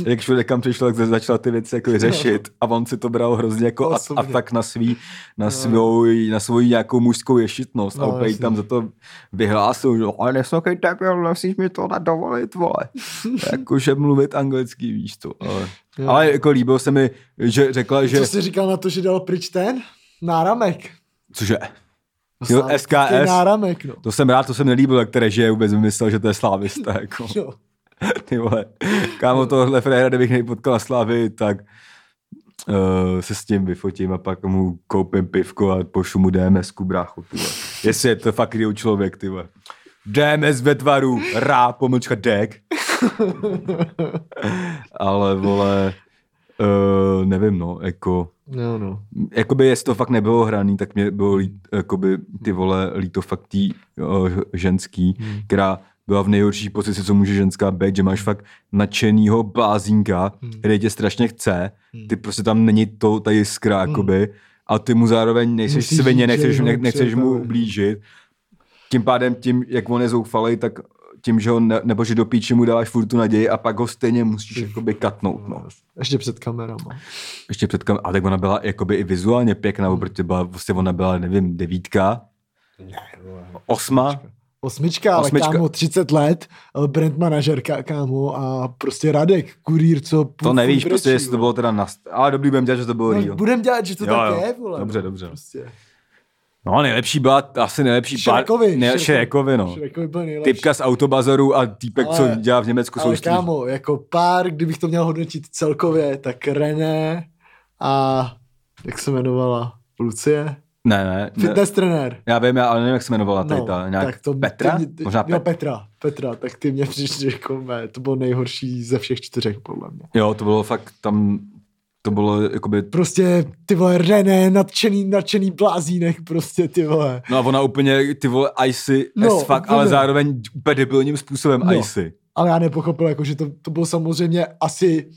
B: Jak všude kam přišla, tak začala ty věci jako řešit. A on si to bral hrozně jako at-
A: Osobně.
B: atak na svý, na, svou, na svoji nějakou mužskou ješitnost.
A: No,
B: a úplně jí
A: jasně.
B: tam za to vyhlásil, že ale nesokej debil, musíš mi to nadovolit, vole. Jakože mluvit anglicky, víš to. Ale,
A: Jo.
B: ale jako líbilo se mi, že řekla, že...
A: Co jsi říkal na to, že dal pryč ten? Náramek.
B: Cože?
A: No,
B: Jo,
A: sám,
B: SKS.
A: ty Náramek, no.
B: To jsem rád, to jsem nelíbil, jak které žije, vůbec myslel, že to je slávista. Jako.
A: Jo.
B: Ty vole, kámo, tohle fréra, kdybych nejpotkal na Slávy, tak uh, se s tím vyfotím a pak mu koupím pivko a pošlu mu DMS-ku, bráchu, ty vole. Jestli je to fakt real člověk, ty vole. DMS ve tvaru, rá, pomlčka, dek. Ale, vole, uh, nevím, no, jako,
A: No, no.
B: jakoby jestli to fakt nebylo hraný, tak mě bylo lít, jakoby, ty vole líto fakt tý o, eh, ženský, která byla v nejhorší pozici, co může ženská být, že máš fakt nadšenýho blázínka, hmm. který tě strašně chce,
A: Hmm.
B: ty prostě tam není to, ta jiskra, jakoby, a ty mu zároveň nejseš
A: Musíš
B: svině,
A: říct,
B: nechceš,
A: že
B: ne,
A: ho
B: nechceš mu
A: přijatelé.
B: ublížit. Tím pádem, tím, jak on je zoufalej, tak tím, že ho ne, nebo že do píči mu dáváš furt tu naději a pak ho stejně musíš jakoby katnout. No.
A: Ještě před kamerama.
B: Ještě před kam, ale tak ona byla jakoby i vizuálně pěkná, hmm. protože byla, vlastně ona byla, nevím, devítka, osma,
A: Osmička, ale
B: Osmička.
A: Osmička. kámo, 30 let, eh, brand manažerka, kámo, a prostě Radek, kurýr, co...
B: to
A: furt
B: nevíš,
A: brečí,
B: prostě jestli to
A: vole.
B: bylo teda na... st- Ale dobrý, budem dělat, že to bylo real.
A: No, budem dělat, že to
B: Jo,
A: jo, tak
B: jo.
A: jo. je, vole.
B: Dobře,
A: no,
B: dobře.
A: Prostě.
B: No, nejlepší byla t- asi nejlepší
A: Šrekovi.
B: Ne, Šrekovi, no.
A: Šrekovi byl nejlepší.
B: Typka z autobazaru a týpek, co
A: Ale-
B: dělá v Německu, jsou
A: Ale
B: stejný.
A: kámo, jako pár, kdybych to měl hodnotit celkově, tak René a jak se jmenovala? Lucie?
B: Ne, ne, ne.
A: Fitness trenér.
B: Já vím, já ale nevím, jak se jmenovala tady ta, nějak Petra?
A: Ty, mě-
B: Možná
A: jo,
B: Pet...
A: Petra, Petra, tak ty mě přišli jako mé, to bylo nejhorší ze všech čtyřech, podle mě.
B: Jo, to bylo fakt tam, to bylo jakoby...
A: Prostě, ty vole, René, nadšený, nadšený blázínek, prostě, ty vole.
B: No a ona úplně, ty vole, icy no,
A: No,
B: as fuck, ale
A: úplně.
B: zároveň úplně debilním způsobem no.
A: No.
B: icy.
A: Ale já nepochopil, jako, že to, to bylo samozřejmě asi,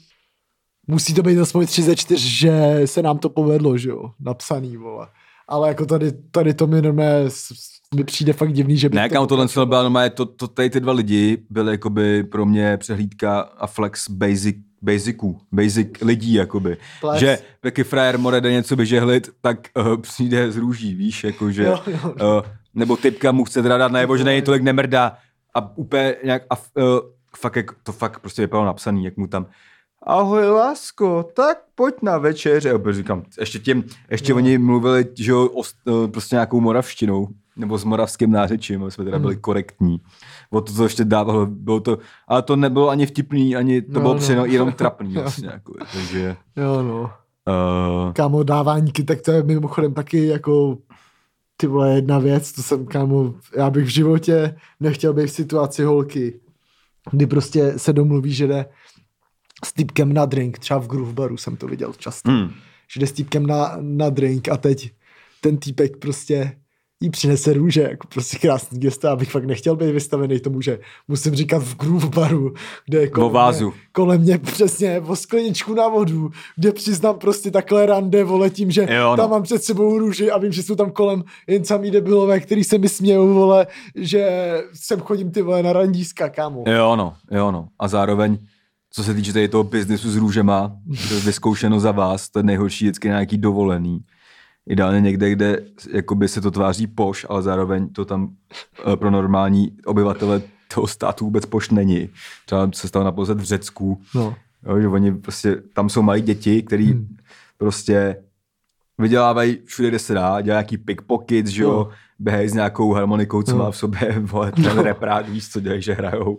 A: musí to být aspoň 3 ze 4, že se nám to povedlo, že jo, napsaný, vole. Ale jako tady, tady to mi normálně s- s- mi přijde fakt divný, že by
B: Ne, kam tohle bylo normálně, to, to tady ty dva lidi byly jakoby pro mě přehlídka a flex basic, basiců, basic lidí jakoby. Flex.
A: Flex.
B: Že taky frajer more jde něco vyžehlit, tak uh, přijde z růží, víš, jakože.
A: Jo,
B: Uh,
A: jo.
B: nebo typka mu chce teda dát najevo, že nej tolik nemrdá a úplně nějak, a, uh, fakt, jak, to fakt prostě vypadalo napsaný, jak mu tam Ahoj, lásko, tak pojď na večeři. A opět říkám, ještě tím, ještě no. oni mluvili, že jo, o, prostě nějakou moravštinou, nebo s moravským nářečím, aby jsme teda byli korektní. O to, co ještě dávalo, bylo to, ale to nebylo ani vtipný, ani to no,
A: No,
B: bylo no.
A: no.
B: přeno, jenom trapný vlastně, jako, takže...
A: Jo, no.
B: Uh,
A: Kámo, dáváníky, tak to je mimochodem taky jako ty vole jedna věc, to jsem kámo, já bych v životě nechtěl být v situaci holky, kdy prostě se domluví, že jde s týpkem na drink, třeba v groove baru jsem to viděl často,
B: hmm.
A: že jde s týpkem na, na drink a teď ten týpek prostě jí přinese růže, jako prostě krásný gesto, abych fakt nechtěl být vystavený tomu, že musím říkat v groove baru, kde je kolem,
B: vázu.
A: Mě, kolem mě přesně o skleničku na vodu, kde přiznám prostě takhle rande vole tím, že
B: Jo, no.
A: tam mám před sebou růži a vím, že jsou tam kolem jen samý debilové, který se mi smějou, vole, že sem chodím ty vole na randíska, kámo.
B: Jo no, jo no. A zároveň, co se týče tady toho biznesu s růžema, to je vyzkoušeno za vás, to je nejhorší vždycky na nějaký dovolený. Ideálně někde, kde jakoby se to tváří poš, ale zároveň to tam eh, pro normální obyvatele toho státu vůbec poš není. Třeba se stalo naposled v Řecku,
A: No.
B: jo, že oni prostě, tam jsou malí děti, který hmm. prostě vydělávají všude, kde se dá, dělají nějaký pickpockets, že jo,
A: No.
B: běhají s nějakou harmonikou, co
A: No.
B: má v sobě, vole, ten reprák, víš, co dělají, že hrajou.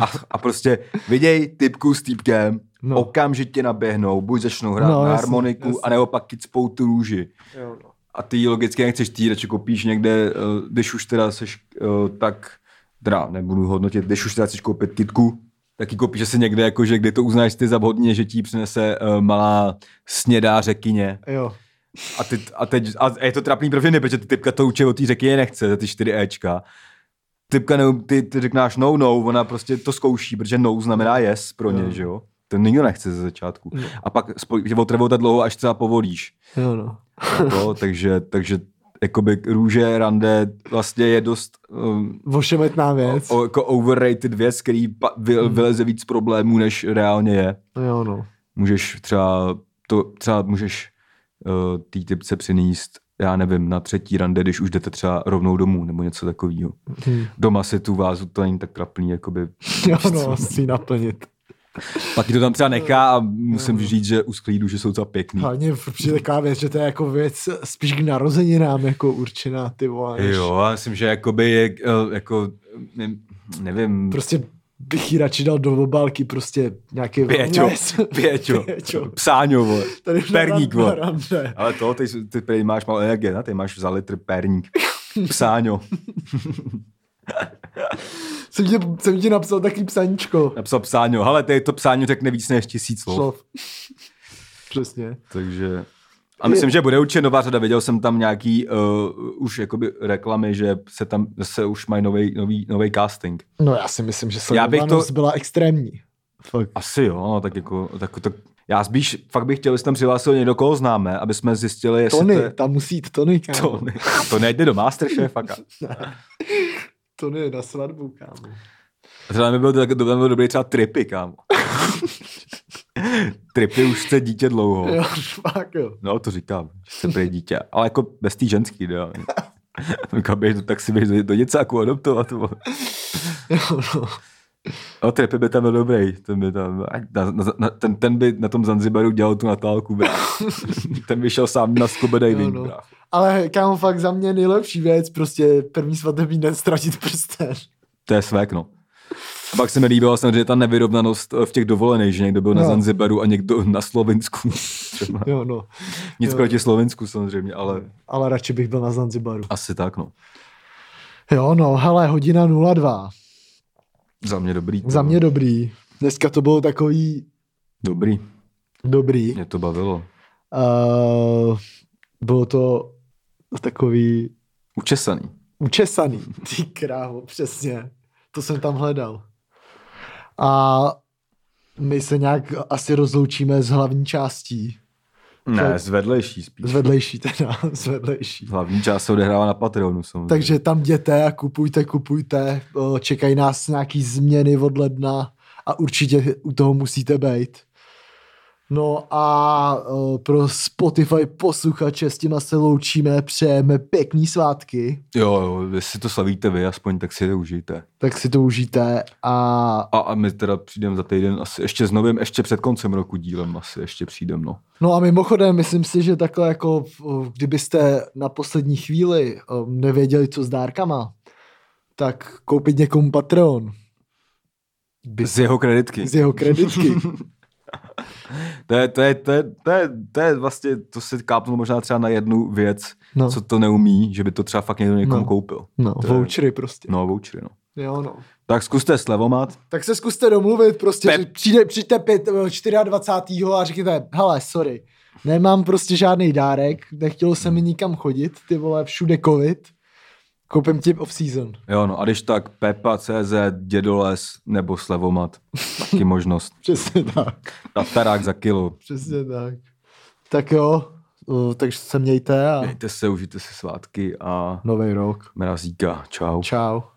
B: A, a prostě viděj typku s týpkem, no.
A: No.
B: okamžitě naběhnou, buď začnou hrát no,
A: No,
B: na
A: jasně,
B: harmoniku,
A: jasně.
B: anebo pak kicpou tu růži.
A: Jo, no.
B: A ty ji logicky nechceš, ty ji radši koupíš někde, eh, když už teda seš eh, tak, teda nebudu hodnotit, když už teda chceš koupit kitku, tak ji koupíš asi někde, jakože kde to uznáš ty za vhodně, že ti ji přinese eh, malá snědá řekyně.
A: Jo.
B: A, ty, a, teď, a je to trapný pro všechny, protože ty typka to určitě od té řeky je nechce, za ty čtyři Ečka. Typka, ne, ty, ty řeknáš no, no, ona prostě to zkouší, protože no znamená yes pro ně,
A: Jo.
B: že jo? To nikdo nechce ze začátku.
A: Jo.
B: A pak spoj- že otrvou tak dlouho, až třeba povolíš.
A: Jo, no.
B: Jako, takže, takže jakoby růže, rande vlastně je dost um,
A: Ošemetná věc.
B: o, jako overrated věc, který pa, vy, vyleze víc problémů, než reálně je.
A: Jo, no.
B: Můžeš třeba, to, třeba můžeš uh, té typce přinést, já nevím, na třetí rande, když už jdete třeba rovnou domů nebo něco takového.
A: Hmm.
B: Doma si tu vázu, to není tak trapný, jakoby.
A: Jo, no, si ji naplnit.
B: Pak ti to tam třeba nechá a musím říct, že usklídu, že jsou třeba pěkný.
A: Hlavně furt přijde taková věc, že to je jako věc spíš k narozeninám jako určená, ty vole. než-
B: Jo, já myslím, že jakoby je, eh, jako, ne- nevím,
A: Prostě bych ji radši dal do obálky prostě nějaký...
B: Pěťo,
A: wellness.
B: Pěťo,
A: Pěťo.
B: psáňo, vole,
A: Tady
B: perník,
A: na
B: vole.
A: rande.
B: Ale to, ty, ty prý máš malo energie, ne? Ty máš za litr perník. Psáňo.
A: Jsem ti, jsem ti napsal taky psaníčko.
B: Napsal psáňo. No. Hele, tady to psáňo řekne víc než tisíc slov.
A: Slov. Přesně.
B: Takže... A myslím, že bude určitě nová řada. Viděl jsem tam nějaký uh, už jakoby reklamy, že se tam se už mají nový, nový, nový casting.
A: No já si myslím, že
B: Já bych to-
A: sledovanost to... byla extrémní. Fakt.
B: Asi jo, no, tak jako, tak, tak, já spíš fakt bych chtěl, aby se tam přihlásil někdo, koho známe, aby jsme zjistili, jestli
A: Tony,
B: to je...
A: tam musí jít Tony, kámo.
B: To, ne, to nejde do Masterchefa. kámo.
A: Tony na svatbu, kámo.
B: Třeba mi byl, tak, to by byl dobrý třeba tripy, kámo. tripy už chce dítě dlouho.
A: Jo, fakt jo.
B: No, to říkám, že se prý dítě. Ale jako bez té ženský, jo. Říkám, běž, do- tak si běž do, do děcáku adoptovat. vole.
A: jo no.
B: No, Trepy by tam byl dobrý. Ten by, tam, ať na, na, na, ten, ten by na tom Zanzibaru dělal tu natálku, brách. ten by šel sám na scuba diving,
A: Jo,
B: no,
A: no.
B: no.
A: Ale kámo, fakt za mě nejlepší věc, prostě první svatební den ztratit prsten.
B: To je svek, no. A pak se mi líbila samozřejmě ta nevyrovnanost eh, v těch dovolených, že někdo byl no. na
A: No.
B: Zanzibaru a někdo na Slovensku. Třeba.
A: Jo, no.
B: Nic
A: Jo.
B: proti Slovensku samozřejmě, ale
A: Ale radši bych byl na Zanzibaru.
B: asi tak, no.
A: Jo, no, hele, hodina 02.
B: Za mě dobrý.
A: Za mě dobrý. Dneska to bylo takový
B: Dobrý,
A: dobrý.
B: mě to bavilo.
A: Uh, bylo to takový
B: Učesaný.
A: učesaný. Ty krávo, přesně. To jsem tam hledal. A my se nějak asi rozloučíme s hlavní částí.
B: Ne,
A: To-
B: zvedlejší spíš.
A: Z vedlejší teda, z vedlejší.
B: Hlavní část se odehrává na Patreonu samozřejmě.
A: Takže tam jděte a kupujte, kupujte. O, Čekají nás nějaký změny od ledna a určitě u toho musíte být. No a o, pro Spotify posluchače s těma se loučíme, přejeme pěkný svátky,
B: Jo, jo, jestli to slavíte vy, aspoň tak si to užijte.
A: tak si to užijte a
B: A, a my teda přijdeme za týden asi ještě s novým, ještě před koncem roku dílem asi ještě přijdem, no.
A: No a mimochodem, myslím si, že takhle jako, o, kdybyste na poslední chvíli o, nevěděli, co s dárkama, tak koupit někomu Patreon By-
B: Z jeho kreditky.
A: z jeho kreditky.
B: To je, to je, to je, to je, to je vlastně, to se kápnu možná třeba na jednu věc,
A: No,
B: co to neumí, že by to třeba fakt někdo někomu
A: No.
B: koupil.
A: no
B: to je-
A: vouchery prostě.
B: No, vouchery, no.
A: Jo, no.
B: Tak zkuste slevomat.
A: Tak se zkuste domluvit, prostě
B: Pep.
A: že přijde, přijďte pět, eh, 24. a řekněte, hele, sorry, nemám prostě žádný dárek, nechtělo se mi nikam chodit, ty vole, všude covid, koupím ti off-season.
B: Jo, no, a když tak Pepa, CZ, Dědoles nebo slevomat, taky možnost.
A: Přesně tak.
B: Tatarák za kilo.
A: Přesně tak. Tak jo, uh, takže se mějte a
B: Mějte se, užijte si svátky a
A: nový rok.
B: mrazíka. Čau.
A: Čau.